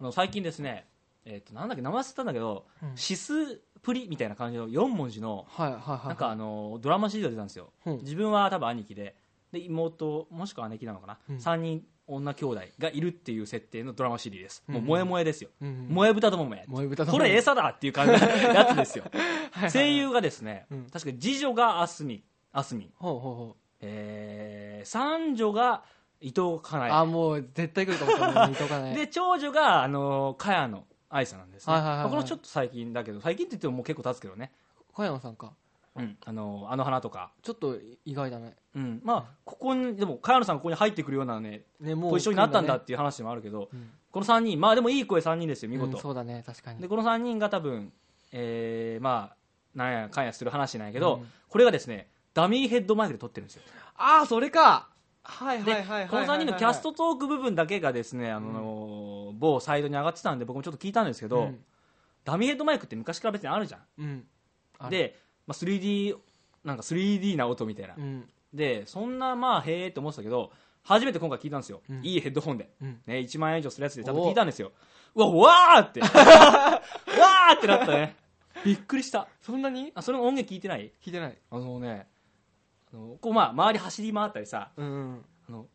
S2: あの最近ですねえっ、となんだっけ名前忘れたんだけど、
S1: うん
S2: シスプリみたいな感じの4文字の
S1: はいはいはい
S2: なんかあのドラマシリーズが出たんですよ、
S1: うん
S2: 自分は多分兄貴でで妹もしくは姉貴なのかな、
S1: うん
S2: 3人女兄弟がいるっていう設定のドラマシリーズです、もううん萌え萌えですよ、
S1: うんうん
S2: 萌え豚どもめ
S1: 萌え豚ど
S2: こ
S1: もめ
S2: れ餌だっていう感じのやつですよ声優がですね、
S1: うん
S2: 確か次女があすみあすみ
S1: ほうほうほ
S2: えー三女が伊藤か
S1: う、
S2: なえ
S1: あもう絶対来ると思 った見とかない
S2: で長女が、あのー、茅野愛さんなんですね、
S1: はいはいはいはい
S2: このちょっと最近だけど最近って言ってももう結構経つけどね、
S1: 小山さんか
S2: うんあのーあの花とか、
S1: ちょっと意外だね
S2: うん、まあここにでも茅野さんここに入ってくるようなね
S1: ねも
S2: ポジションになったんだ
S1: 来
S2: っていう話もあるけど、
S1: るんだね
S2: この3人まあでもいい声3人ですよ
S1: う
S2: 見
S1: ん
S2: 事、
S1: うんそうだね確かに
S2: でこの3人が多分、えーまあなんやかんやする話なんやけど、
S1: うん
S2: これがですねダミーヘッドマイクで撮ってるんですよ
S1: ああそれかはい
S2: で
S1: はいはい
S2: この3人のキャス
S1: ト
S2: トトーク部分だけがですね、あのー某サイトに上がってたんで僕もちょっと聞いたんですけど、ダミーヘッドマイクって昔から別にあるじゃん
S1: うんある
S2: で、まあ、3D なんか 3D な音みたいな、
S1: うん
S2: でそんなまあへえって思ってたけど初めて今回聞いたんですよ、
S1: うん
S2: いいヘッドホンで、
S1: うん
S2: ね、1万円以上するやつでちゃんと聞いたんですようわわ ーってわーってなったねびっくりした
S1: そんなに
S2: あそれも音源聞いてない
S1: 聞いてない
S2: あのねあのこうまあ周り走り回ったりさ
S1: うんうん
S2: あの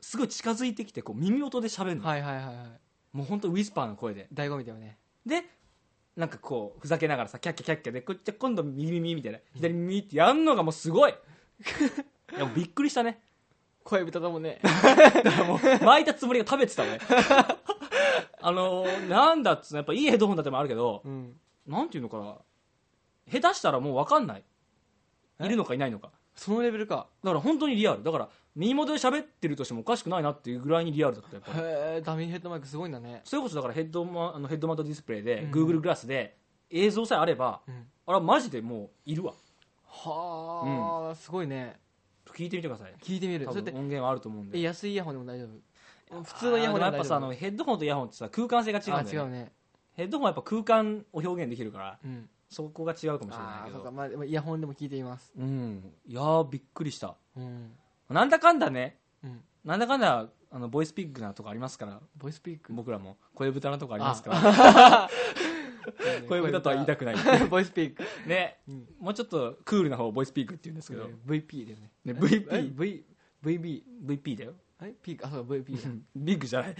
S2: すごい近づいてきてこう耳元で喋るの、
S1: はいはいはいはい
S2: もう本当ウィスパーの声で
S1: 醍醐味だよね
S2: でなんかこうふざけながらさキャッキャキャッキャでこっち今度右耳みたいな左耳ってやんのがもうす ごいいやもうびっくりしたね
S1: 声豚だもんね
S2: 巻いたつもりが食べて たねあのーなんだっつうのやっぱいいヘッドホンだってもあるけど
S1: うん
S2: なんていうのかな下手したらもう分かんないいるのかいないのか
S1: そのレベルか
S2: だから本当にリアルだから耳元で喋ってるとしてもおかしくないなっていうぐらいにリアルだったやっぱり
S1: へえダミーヘッドマイクすごいんだね
S2: それこそだからヘッドマあのヘッドマウントディスプレイで、
S1: うん
S2: Google グラスで映像さえあれば、
S1: うん
S2: あれはマジでもういるわ
S1: はあ、すごいね
S2: 聞いてみてください
S1: 聞いてみる
S2: 多
S1: それっ
S2: 分
S1: て
S2: 音源はあると思うん
S1: え
S2: で
S1: 安いイヤホンでも大丈夫普通のイヤホンでも
S2: あーでもやっ
S1: 大
S2: ぱさあ
S1: 丈
S2: のヘッドホンとイヤホンってさ空間性が違
S1: 夫
S2: うんだ
S1: あ違
S2: よ、ね、
S1: うね
S2: ヘッドホンはやっぱ空間を表現できるから
S1: うん
S2: そこが違うかもしれな
S1: ああ
S2: いけ
S1: そうか
S2: ど
S1: まあでもイヤホンでも聞いています
S2: うんいやーびっくりした
S1: うん
S2: なんだかんだね
S1: うん
S2: なんだかんだあのボイスピックなとこありますから
S1: ボイスピック
S2: 僕らも声豚なとこありますか
S1: あ
S2: ら
S1: 声
S2: 声豚とは言いたくない
S1: ボイスピ ーク
S2: ね
S1: うん
S2: もうちょっとクールな方をボイスピークって言うんですけど、
S1: VP だよね
S2: ね、
S1: え
S2: VP
S1: V VB
S2: VP だよ
S1: えピークあそう VP だ
S2: ビッグじゃない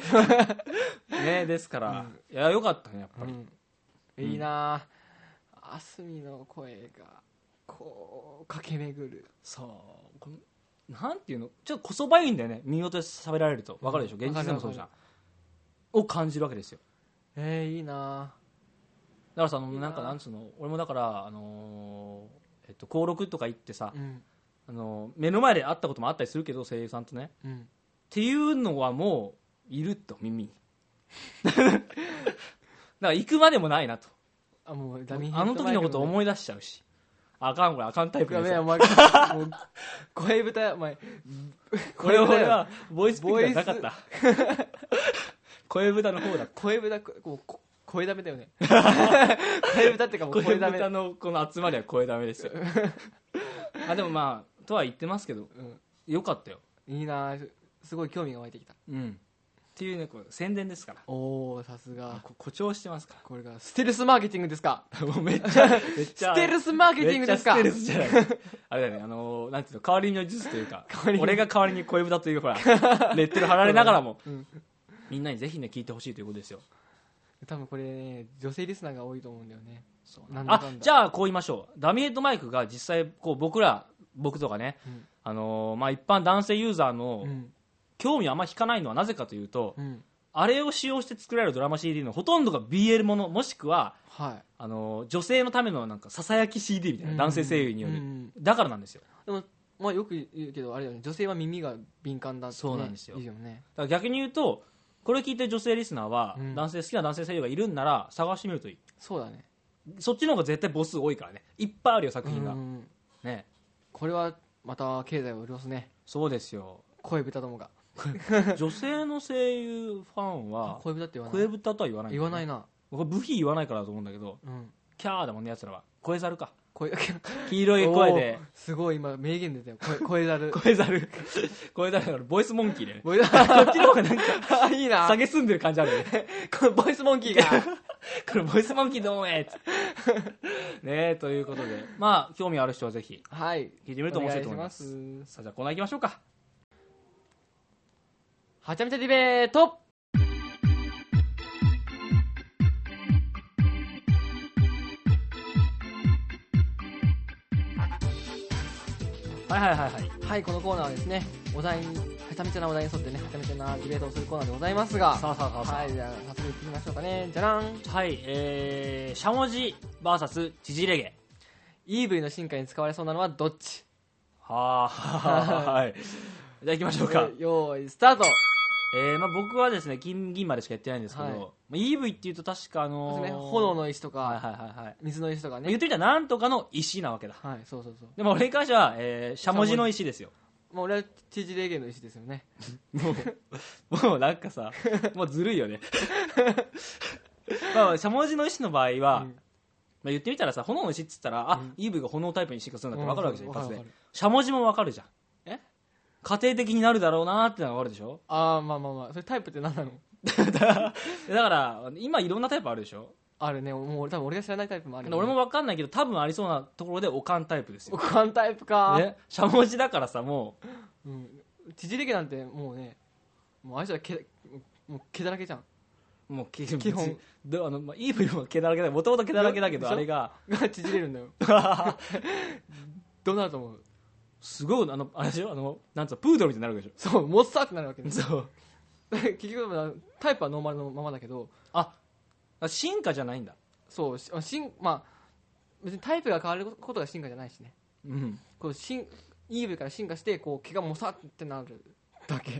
S2: ねですから、いやよかったねやっぱり、
S1: うんいいなああすみの声がこう駆け巡る
S2: そうこのなんていうのちょっとこそばゆいんだよね見事で喋られるとわかるでしょ、
S1: うん
S2: 現実でもそうじゃん
S1: わ
S2: を感じるわけですよ
S1: えー、いいな
S2: だからさあの
S1: いいな
S2: なんかなんつうの俺もだからあのーえっと登録とか行ってさ
S1: あ、うん
S2: あのー目の前で会ったこともあったりするけど声優さんとね
S1: うん
S2: っていうのはもういると耳 にだから行くまでもないなと
S1: あもうダミー
S2: あの時のこと
S1: う
S2: 思い出しちゃうしあかんこれあかんタイプ
S1: や
S2: です
S1: べえ
S2: よ
S1: お前もう声豚お前
S2: これは俺
S1: 俺は
S2: はボイスピックじゃなかった 声豚の方だ
S1: 声豚こうこ声ダメだよ ね声豚ってかもう
S2: 声
S1: 声ダメ
S2: 豚のこの集まりは声ダメですよ あでもまあとは言ってますけど
S1: うん
S2: よかったよ
S1: いいなあすごい興味が湧いてきた
S2: うんっていうねこう宣伝ですから
S1: おおさすが
S2: こ誇張してますか
S1: これがステルスマーケティングですから
S2: もうめっちゃめっち
S1: ス
S2: ゃ
S1: テルスマーケティングですか
S2: めっちゃステルスじゃないあれだよねあのーなんていうの代わりの術というか
S1: 代わりに
S2: 俺が代わりに声豚というほらレッテル貼られながらも、
S1: うん
S2: みんなにぜひね聞いてほしいということですよ
S1: 多分これね女性リスナーが多いと思うんだよねなんだ
S2: あ
S1: かんだ
S2: じゃあこう言いましょうダミーヘッドマイクが実際こう僕ら僕とかね、
S1: うん
S2: あのーまあ、一般男性ユーザーの
S1: うん
S2: 興味あんま引かないのはなぜかというと、
S1: うん
S2: あれを使用して作られるドラマ CD のほとんどが BL ものもしくは
S1: はい
S2: あのー女性のためのなんかささやき CD みたいな、
S1: うん
S2: 男性声優による、
S1: うん
S2: だからなんですよ
S1: でもまあよく言うけどあれだよね女性は耳が敏感だって、ね、
S2: そうなんですよ
S1: いいよね
S2: だから逆に言うとこれを聞いてる女性リスナーは、
S1: うん
S2: 男性好きな男性声優がいるんなら探してみるといい
S1: そうだね
S2: そっちの方が絶対母数多いからねいっぱいあるよ作品が、
S1: うん
S2: ね
S1: これはまた経済を潤すね
S2: そうですよ
S1: 声豚どもが
S2: 女性の声優ファンは
S1: 声豚って言わな
S2: 声
S1: い
S2: 豚とは言わないんだ
S1: 言
S2: よね、
S1: わないな
S2: 僕ブヒ言わないからだと思うんだけど
S1: うん
S2: キャーだもんねやつらは声猿 か
S1: 声
S2: 黄色い声で
S1: おーすごい今名言出 たよ声声だる
S2: 声猿声猿だからボイスモンキーでね
S1: ボイス
S2: こっちの方がなんか
S1: いいな
S2: 下げすんでる感じあるよね
S1: このボイスモンキーが
S2: これボイスモンキーどうもえっつってねえということでまあ興味ある人はぜひ
S1: はい
S2: 聞いてみると面白いと思
S1: お
S2: い
S1: 願
S2: ま
S1: い
S2: す
S1: します
S2: さあじゃあコーナー行きましょうか
S1: はちゃめちゃディベート
S2: はいはいはいはい
S1: はいこのコーナーはですねお題にはちゃめちゃなお題に沿ってねはちゃめちゃなディベートをするコーナーでございますが
S2: さあさあさあさあ
S1: はいじゃあ早速いってみましょうかねじゃらん
S2: はいえー、しゃもじ VS ちじれげ
S1: EV の進化に使われそうなのはどっち
S2: はーはいじゃあ行きましょうか
S1: よーいスタート
S2: えーまあ、僕はですね金銀までしかやってないんですけど、
S1: はい
S2: まあ、EV っていうと確かあ
S1: そ
S2: の
S1: う
S2: ー
S1: ですね炎の石と
S2: はい
S1: か
S2: はいはいはい
S1: 水の石とか
S2: 言
S1: ね
S2: ってみたらなんとかの石なわけだ
S1: はいそうそうそう
S2: でも俺に関しては、えー、しゃもじの石ですよ
S1: まあ俺は知事霊言の石ですよね
S2: もうもうなん かさもうずるいよねまあしゃもじの石の場合は、
S1: うん
S2: まあ、言ってみたらさ炎の石っつったらあ、EV が炎タイプに進化するんだって分かるわけじゃん、
S1: うん
S2: 一発
S1: わ
S2: で
S1: かるわか
S2: しゃもじも分かるじゃん
S1: え
S2: 家庭的になるだろうなーってのが分かるでしょ
S1: ああまあまあまあそれタイプって何なの
S2: だから今いろんなタイプあるでしょ
S1: あるねもう俺多分俺が知らないタイプもあるよね
S2: 俺も分かんないけど多分ありそうなところでおかんタイプですよ
S1: 僕はタイプか
S2: ね、しゃもじだからさもう
S1: うん知事霊なんてもうねもうあいつら毛もう毛だらけじゃん
S2: もう基
S1: 基本
S2: どあの、まあ、イーブイも毛だらけだもともと毛だらけだけど
S1: でし
S2: あ
S1: ょ
S2: れが
S1: が縮れるん だよどうなると思う
S2: すごいあのあれでしょあのなんつうのプードルみたいになるわけで
S1: そうモッサーってなるわけね
S2: しょそう
S1: 結局タイプはノーマルのままだけど
S2: あ進化じゃないんだ
S1: そうししんまあ別にタイプが変わることが進化じゃないしね
S2: うん
S1: こう進 EV から進化してこう毛がもさってなるだけ
S2: い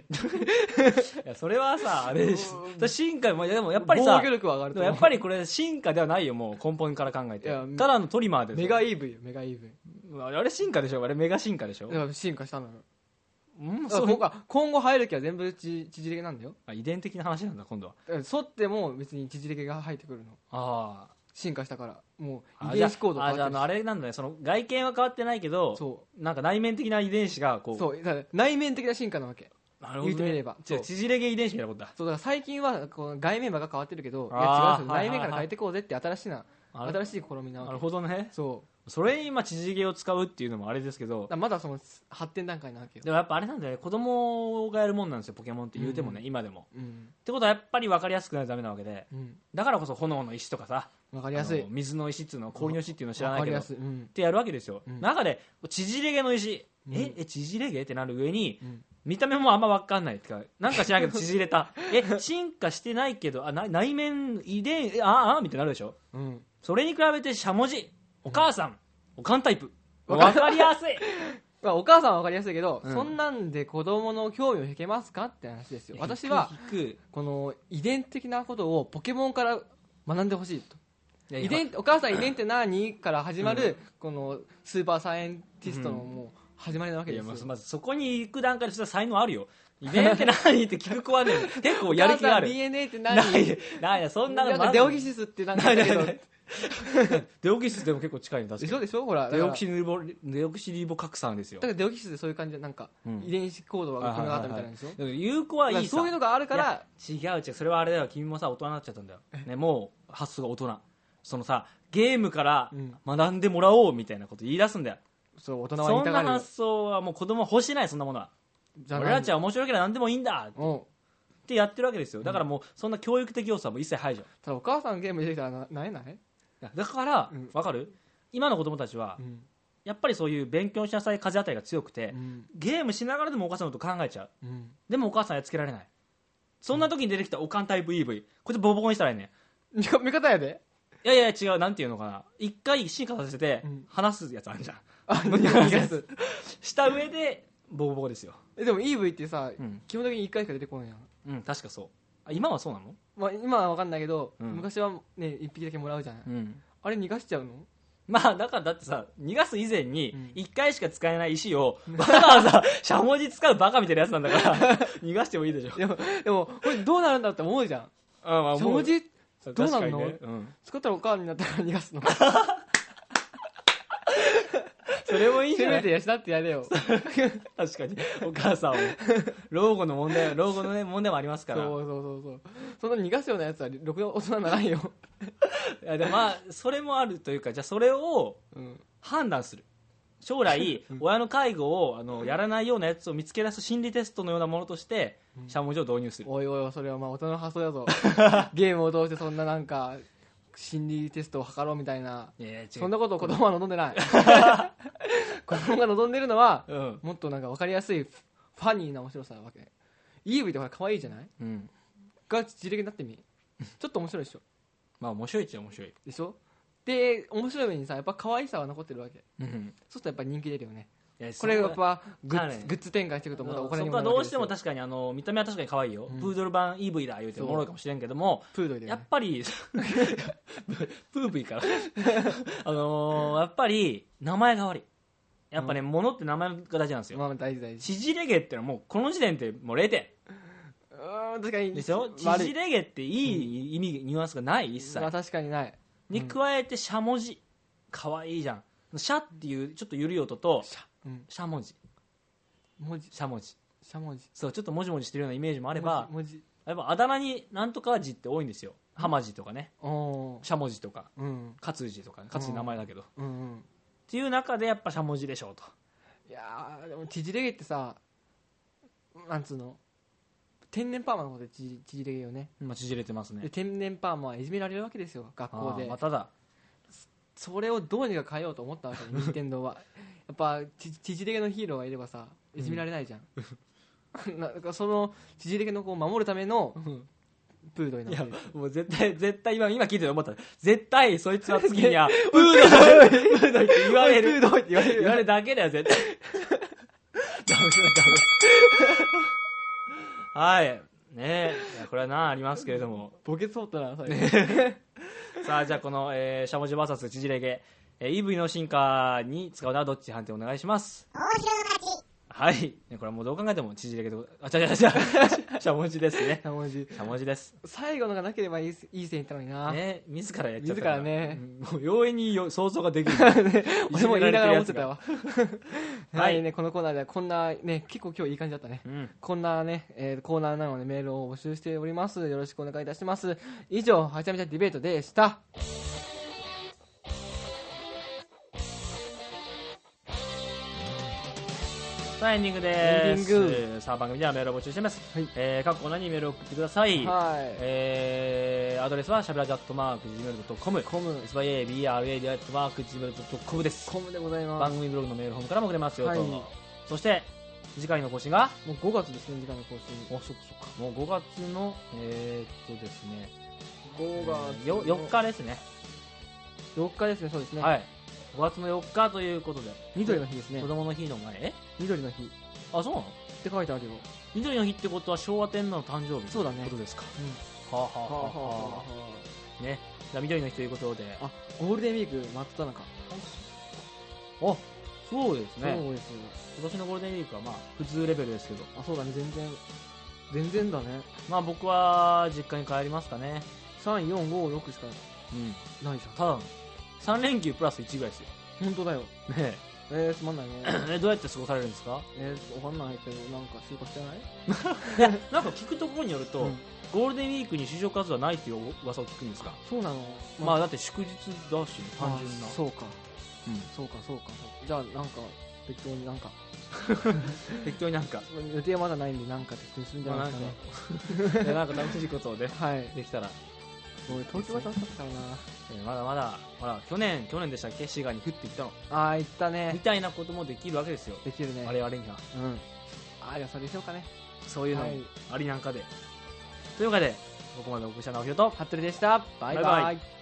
S2: やそれはさあれですそれ進化もいやでもやっぱりさ
S1: 防御力は上がる
S2: で
S1: と
S2: も
S1: 思う
S2: やっぱりこれ進化ではないよもう根本から考えて
S1: いや
S2: ただのトリマーです
S1: メガ EV よメガ EV
S2: あれ進化でしょあれメガ進化でしょ
S1: だから進化したのよ
S2: うん
S1: だから
S2: そう
S1: 今回今後生える毛は全部ち縮れ毛なんだよ
S2: あ遺伝的な話なんだ今度は
S1: だから剃っても別に縮れ毛が生えてくるの
S2: あ
S1: 進化したからも
S2: あ
S1: う遺伝子コード
S2: あじゃああ
S1: 変
S2: の
S1: わっ
S2: あ
S1: て
S2: れなんだねその外見は変わってないけど
S1: るしそ
S2: なんか内面的な遺伝子がこ
S1: う
S2: う
S1: そうだから内面的な進化なわけ
S2: なるほど
S1: 言
S2: ね
S1: うてみれば
S2: じゃあ
S1: そう
S2: 縮れ毛遺伝子みたいなことだ
S1: そうだから最近はこう外面ばが変わってるけどいや違
S2: あー
S1: うんですよ
S2: はいはいはい
S1: 内面から変えていこうぜって新しいな
S2: あれ
S1: 新しい試みな
S2: な
S1: わ
S2: る
S1: け
S2: ほどね
S1: そ
S2: それに今縮れ毛を使うっていうのもあれですけ
S1: うだ
S2: ど
S1: からまだその発展段階なわけよ
S2: でもやっぱあれなんだよね子供がやるもんなんですよポケモンって言うてもね、
S1: う
S2: 今でも
S1: うん
S2: ってことはやっぱり分かりやすくないとダメなわけで
S1: うん
S2: だからこそ炎の石とかさ
S1: わかりやす
S2: あ
S1: い
S2: の水の石っていうの氷の石っていうの知ら
S1: わ
S2: ない
S1: かり
S2: けど
S1: や
S2: っ
S1: すいうん
S2: てやるわけですよ、
S1: うん
S2: 中で縮れ毛の石、
S1: うん
S2: ええ縮れ毛ってなる上に
S1: うん
S2: 見た目もあんま分かんないってかなんか知らんけど縮れ たえ進化してないけどあな内面遺伝えああみたいになるでしょ
S1: うん
S2: それに比べてしゃもじお母さん、おかんタイプ分かりやすい
S1: まあ、お母さんはわかりやすいけど、
S2: うん
S1: そんなんで子供の興味を引けますかって話ですよ 私は
S2: 引く引く
S1: この遺伝的なことをポケモンから学んでほしいと
S2: いやいや
S1: 遺伝お母さん遺伝って何から始まる、このスーパーサイエンティストの
S2: う
S1: もう始まりなわけ
S2: い
S1: で
S2: や
S1: すよ、
S2: まずまずそこに行く段階でそれは才能 あるよ遺伝って何って聞く子はね結構やる気が
S1: お母さ
S2: あ
S1: ん
S2: る
S1: DNA って
S2: な
S1: 何
S2: いないないそんな
S1: な
S2: の
S1: んかデオキシスってなんか
S2: な
S1: あ
S2: い
S1: った
S2: ない
S1: けど
S2: ないデオキシスでも結構近いの確
S1: でし
S2: か
S1: ょ
S2: に
S1: でしょほらだか
S2: デ
S1: ら
S2: オキシリボデオキシリボ核酸ですよ
S1: だからデオキシスでそういう感じでなんか
S2: うん
S1: 遺伝子コードが組み上がったみたいなんでしょ
S2: だから有効は
S1: だか
S2: い
S1: ら
S2: いさ
S1: そういうのがあるから
S2: いや違う違うそれはあれだよ君もさ大人になっちゃったんだよ、ね、もう発想が大人そのさゲームから
S1: うん
S2: 学んでもらおうみたいなこと言い出すんだよ、
S1: そう大人は言
S2: そ
S1: い
S2: ん
S1: たが
S2: な
S1: るよ
S2: 発想はもう子供は欲しないそんなものは
S1: じ
S2: 俺らち
S1: ゃ
S2: ゃ面白いけど何でもいいんだ
S1: あうん
S2: ってやってるわけですよだからもうそんな教育的要素はもう一切排除
S1: ただお母さんゲーム出てきたらななえない、
S2: だから、
S1: うん
S2: わかる今の子供たちは
S1: うん
S2: やっぱりそういう勉強しなさい風当たりが強くて、
S1: うん
S2: ゲームしながらでもお母さんのこと考えちゃう
S1: うん、
S2: でもお母さんやっつけられないそんな時に出てきたおかんタイプ EV こいつボコボコにしたらいいね
S1: 味方味方やで
S2: いやいや違うなんていうのかな一回進化させて
S1: うん
S2: 話すやつあるじゃん、
S1: あ逃がす
S2: した上でボコボコですよ
S1: えでも EV ってさ、
S2: うん
S1: 基本的に1回しか出てこないやん、
S2: うん確かそうあ今はそうなの
S1: まあ、今は分かんないけど、
S2: うん
S1: 昔はね1匹だけもらうじゃない、
S2: うん
S1: あれ逃がしちゃうの
S2: まあだからだってさ逃がす以前に
S1: うん
S2: 1回しか使えない石をわざわざしゃもじ使うバカみたいなやつなんだから 逃がしてもいいでしょ
S1: でも でもこれどうなるんだって思うじゃん
S2: あまあ
S1: しゃもじ
S2: ど
S1: どうなるの
S2: うん、
S1: 使ったらおかわりになったから逃がす の
S2: それもいいんじ
S1: せ
S2: ゃ な
S1: め
S2: い
S1: て養ってやれよ
S2: 確かにお母さんを老後の問題老後の、ね、問題もありますか
S1: そう
S2: ら
S1: そうそうそうそんな逃がすようなやつはろくな大人にならんよ、
S2: いやでもまあそれもあるというかじゃあそれを
S1: うん、
S2: 判断する将来親の介護をあのやらないようなやつを見つけ出す心理テストのようなものとしてしゃもじを導入する
S1: おいおいおいそれはまあ大人の発想や ぞゲームを通してそんななんか心理テストを測ろうみたいない
S2: やいや違う
S1: そんなことを子供は望んで ない子供が望んでるのは
S2: うん、
S1: もっとなんか分かりやすいファニーな面白さなわけ EV ってほら可愛いじゃない
S2: うん、
S1: が自力になってみちょっと面白いでしょ
S2: まあ面白いっちゃ面白い、
S1: でしょで面白い上にさやっぱ可愛さは残ってるわけ
S2: うん、
S1: そうするとやっぱ人気出るよね
S2: いや
S1: これがやっぱグ
S2: そうだ
S1: ッ
S2: ね
S1: ズグッズ展開していく
S2: そ
S1: と
S2: う
S1: またお金
S2: そ
S1: に
S2: こ
S1: も
S2: は
S1: なる
S2: ど
S1: わ
S2: う
S1: けです
S2: して
S1: よ
S2: も確かにあの見た目は確かに可愛いよ、
S1: うん
S2: プードル版 EV だ言うて
S1: そう
S2: もろいかもしれんけども
S1: プードルだ
S2: や
S1: よ
S2: っ
S1: ね
S2: ぱり プーピーから あのーやっぱり名前が悪いやっぱね、物って名前が大事なんですよ
S1: まあ大事大事
S2: 縮れ毛ってのはもうこの時点でもう0点
S1: うーん確かに
S2: でしょ
S1: 悪い
S2: 縮れ毛っていい意味、ニュアンスがない一切
S1: まあ確かにない
S2: に加えてしゃもじかわいいじゃんしゃっていうちょっと緩い音と
S1: しゃうん
S2: しゃもじ
S1: 文字
S2: しゃもじ
S1: しゃ文字
S2: そうちょっともじもじしてるようなイメージもあれば
S1: 文字
S2: やっぱあだ名になんとか字って多いんですよはまじとかね
S1: おー
S2: しゃもじとか
S1: うん
S2: かつじとかねかつじ名前だけどっ
S1: うんうん
S2: ていう中でやっぱしゃもじでしょうと
S1: いやーでも縮れ毛ってさなんつうの天然パーマのことで縮縮れ毛よね
S2: まあ縮れてます
S1: で
S2: ね
S1: 天然パーマはいじめられるわけですよ学校
S2: あー
S1: で、
S2: まただ
S1: それをどうにか変えようと思ったわけ任天堂はやっぱち縮れ毛のヒーローがいればさいじめられないじゃん、 なんかその縮れ毛の子を守るためのプードル
S2: い
S1: にな
S2: や
S1: ってる
S2: もう絶対絶対今今聞いてて思った絶対そいつは 次にはプードルプードルって言われる
S1: おいプードルって言われる
S2: 言われるだけだよ絶対はい。ねえ、いやこれはなありますけれども。
S1: ボケそうったな 最後
S2: さあ、じゃあこの、えー、しゃもじ VS 縮れ毛、えー、EV の進化に使うならどっち判定お願いします。はい。ねこれはもうどう考えても縮れ毛でごあ、違う違う違う。しゃもじですね
S1: し。ゃもじ
S2: しゃもじです。
S1: 最後のがなければいいいい線いったのにな、
S2: ね、自らやっちゃったから。
S1: 自らね
S2: うん。もう容易によ想像ができる。
S1: 俺も言いながら思ってたわ
S2: は
S1: はいいねこのコーナーではこんなね結構今日いい感じだったね
S2: うん。
S1: こんなね、えーコーナーなのでメールを募集しておりますよろしくお願いいたします以上はちゃめちゃディベートでした
S2: さあエンディングです。
S1: エンディ
S2: さあ番組ではメールを募集しています。
S1: はい
S2: えー、各コーナーにメールを送ってください。
S1: はい
S2: えー、アドレスはしゃべらじアットマーク Gmail.com
S1: コム
S2: SYABRAD アットマーク Gmail.com です
S1: コムでございます
S2: 番組ブログのメールホームからも送れますよと、
S1: はい
S2: そして次回の更新が
S1: もう5月ですね時間の更新
S2: もうそっかもう5月のえー、っとですね
S1: 5
S2: よ4日ですね
S1: 4日ですねそうですね、
S2: はい5月の4日ということで
S1: 緑の日ですね
S2: 子供の日の前え
S1: 緑の日っ
S2: あそうなの
S1: て書いてあるよ、
S2: 緑の日ってことは昭和天皇の誕生日
S1: そうだね
S2: ことですか
S1: う
S2: はあはあ
S1: ん、はあは
S2: はあ
S1: あ
S2: は
S1: は
S2: あねじゃあ緑の日ということで
S1: あはああゴールデンウィーク真っ只中
S2: あそうですね
S1: そうですよ
S2: 今年のゴールデンウィークはまあ普通レベルですけど
S1: あそうだね全然全然だね
S2: まあ僕は実家に帰りますかね
S1: 3456しか
S2: うん
S1: ないじゃん
S2: ただの3連休プラス1ぐらいですよ
S1: 本当だよ
S2: ね
S1: えー、すまん ないね
S2: えどうやって過ごされるんですか
S1: えー、わかんないけどなんか就活してない
S2: いや なんか聞くところによると、
S1: うん
S2: ゴールデンウィークに就職活動はないっていう噂を聞くんですか
S1: そうなの
S2: まあだって祝日だし、ね、単純な
S1: あそうか
S2: うん、
S1: そうかそうかそうかじゃあなんか適当になんか
S2: 適当になんか
S1: 予定はまだないんでなんか適当にするんじゃ
S2: まあ
S1: ない
S2: な
S1: で
S2: ん
S1: すか
S2: か
S1: ね、
S2: いやなんか楽しいことをね
S1: はい
S2: できたら、
S1: 俺東京は楽しかったからな
S2: えーまだまだほら去年去年でしたっけ滋賀に降ってきたの
S1: ああー行った
S2: み
S1: ね
S2: たいなこともできるわけですよ
S1: できるね
S2: 我々には
S1: うんああじゃあそれにしようかね
S2: そういうのも
S1: はい
S2: ありなんかで、というわけでここまでお送りした直弘と
S1: 服部でしたバイバイ
S2: バイバイ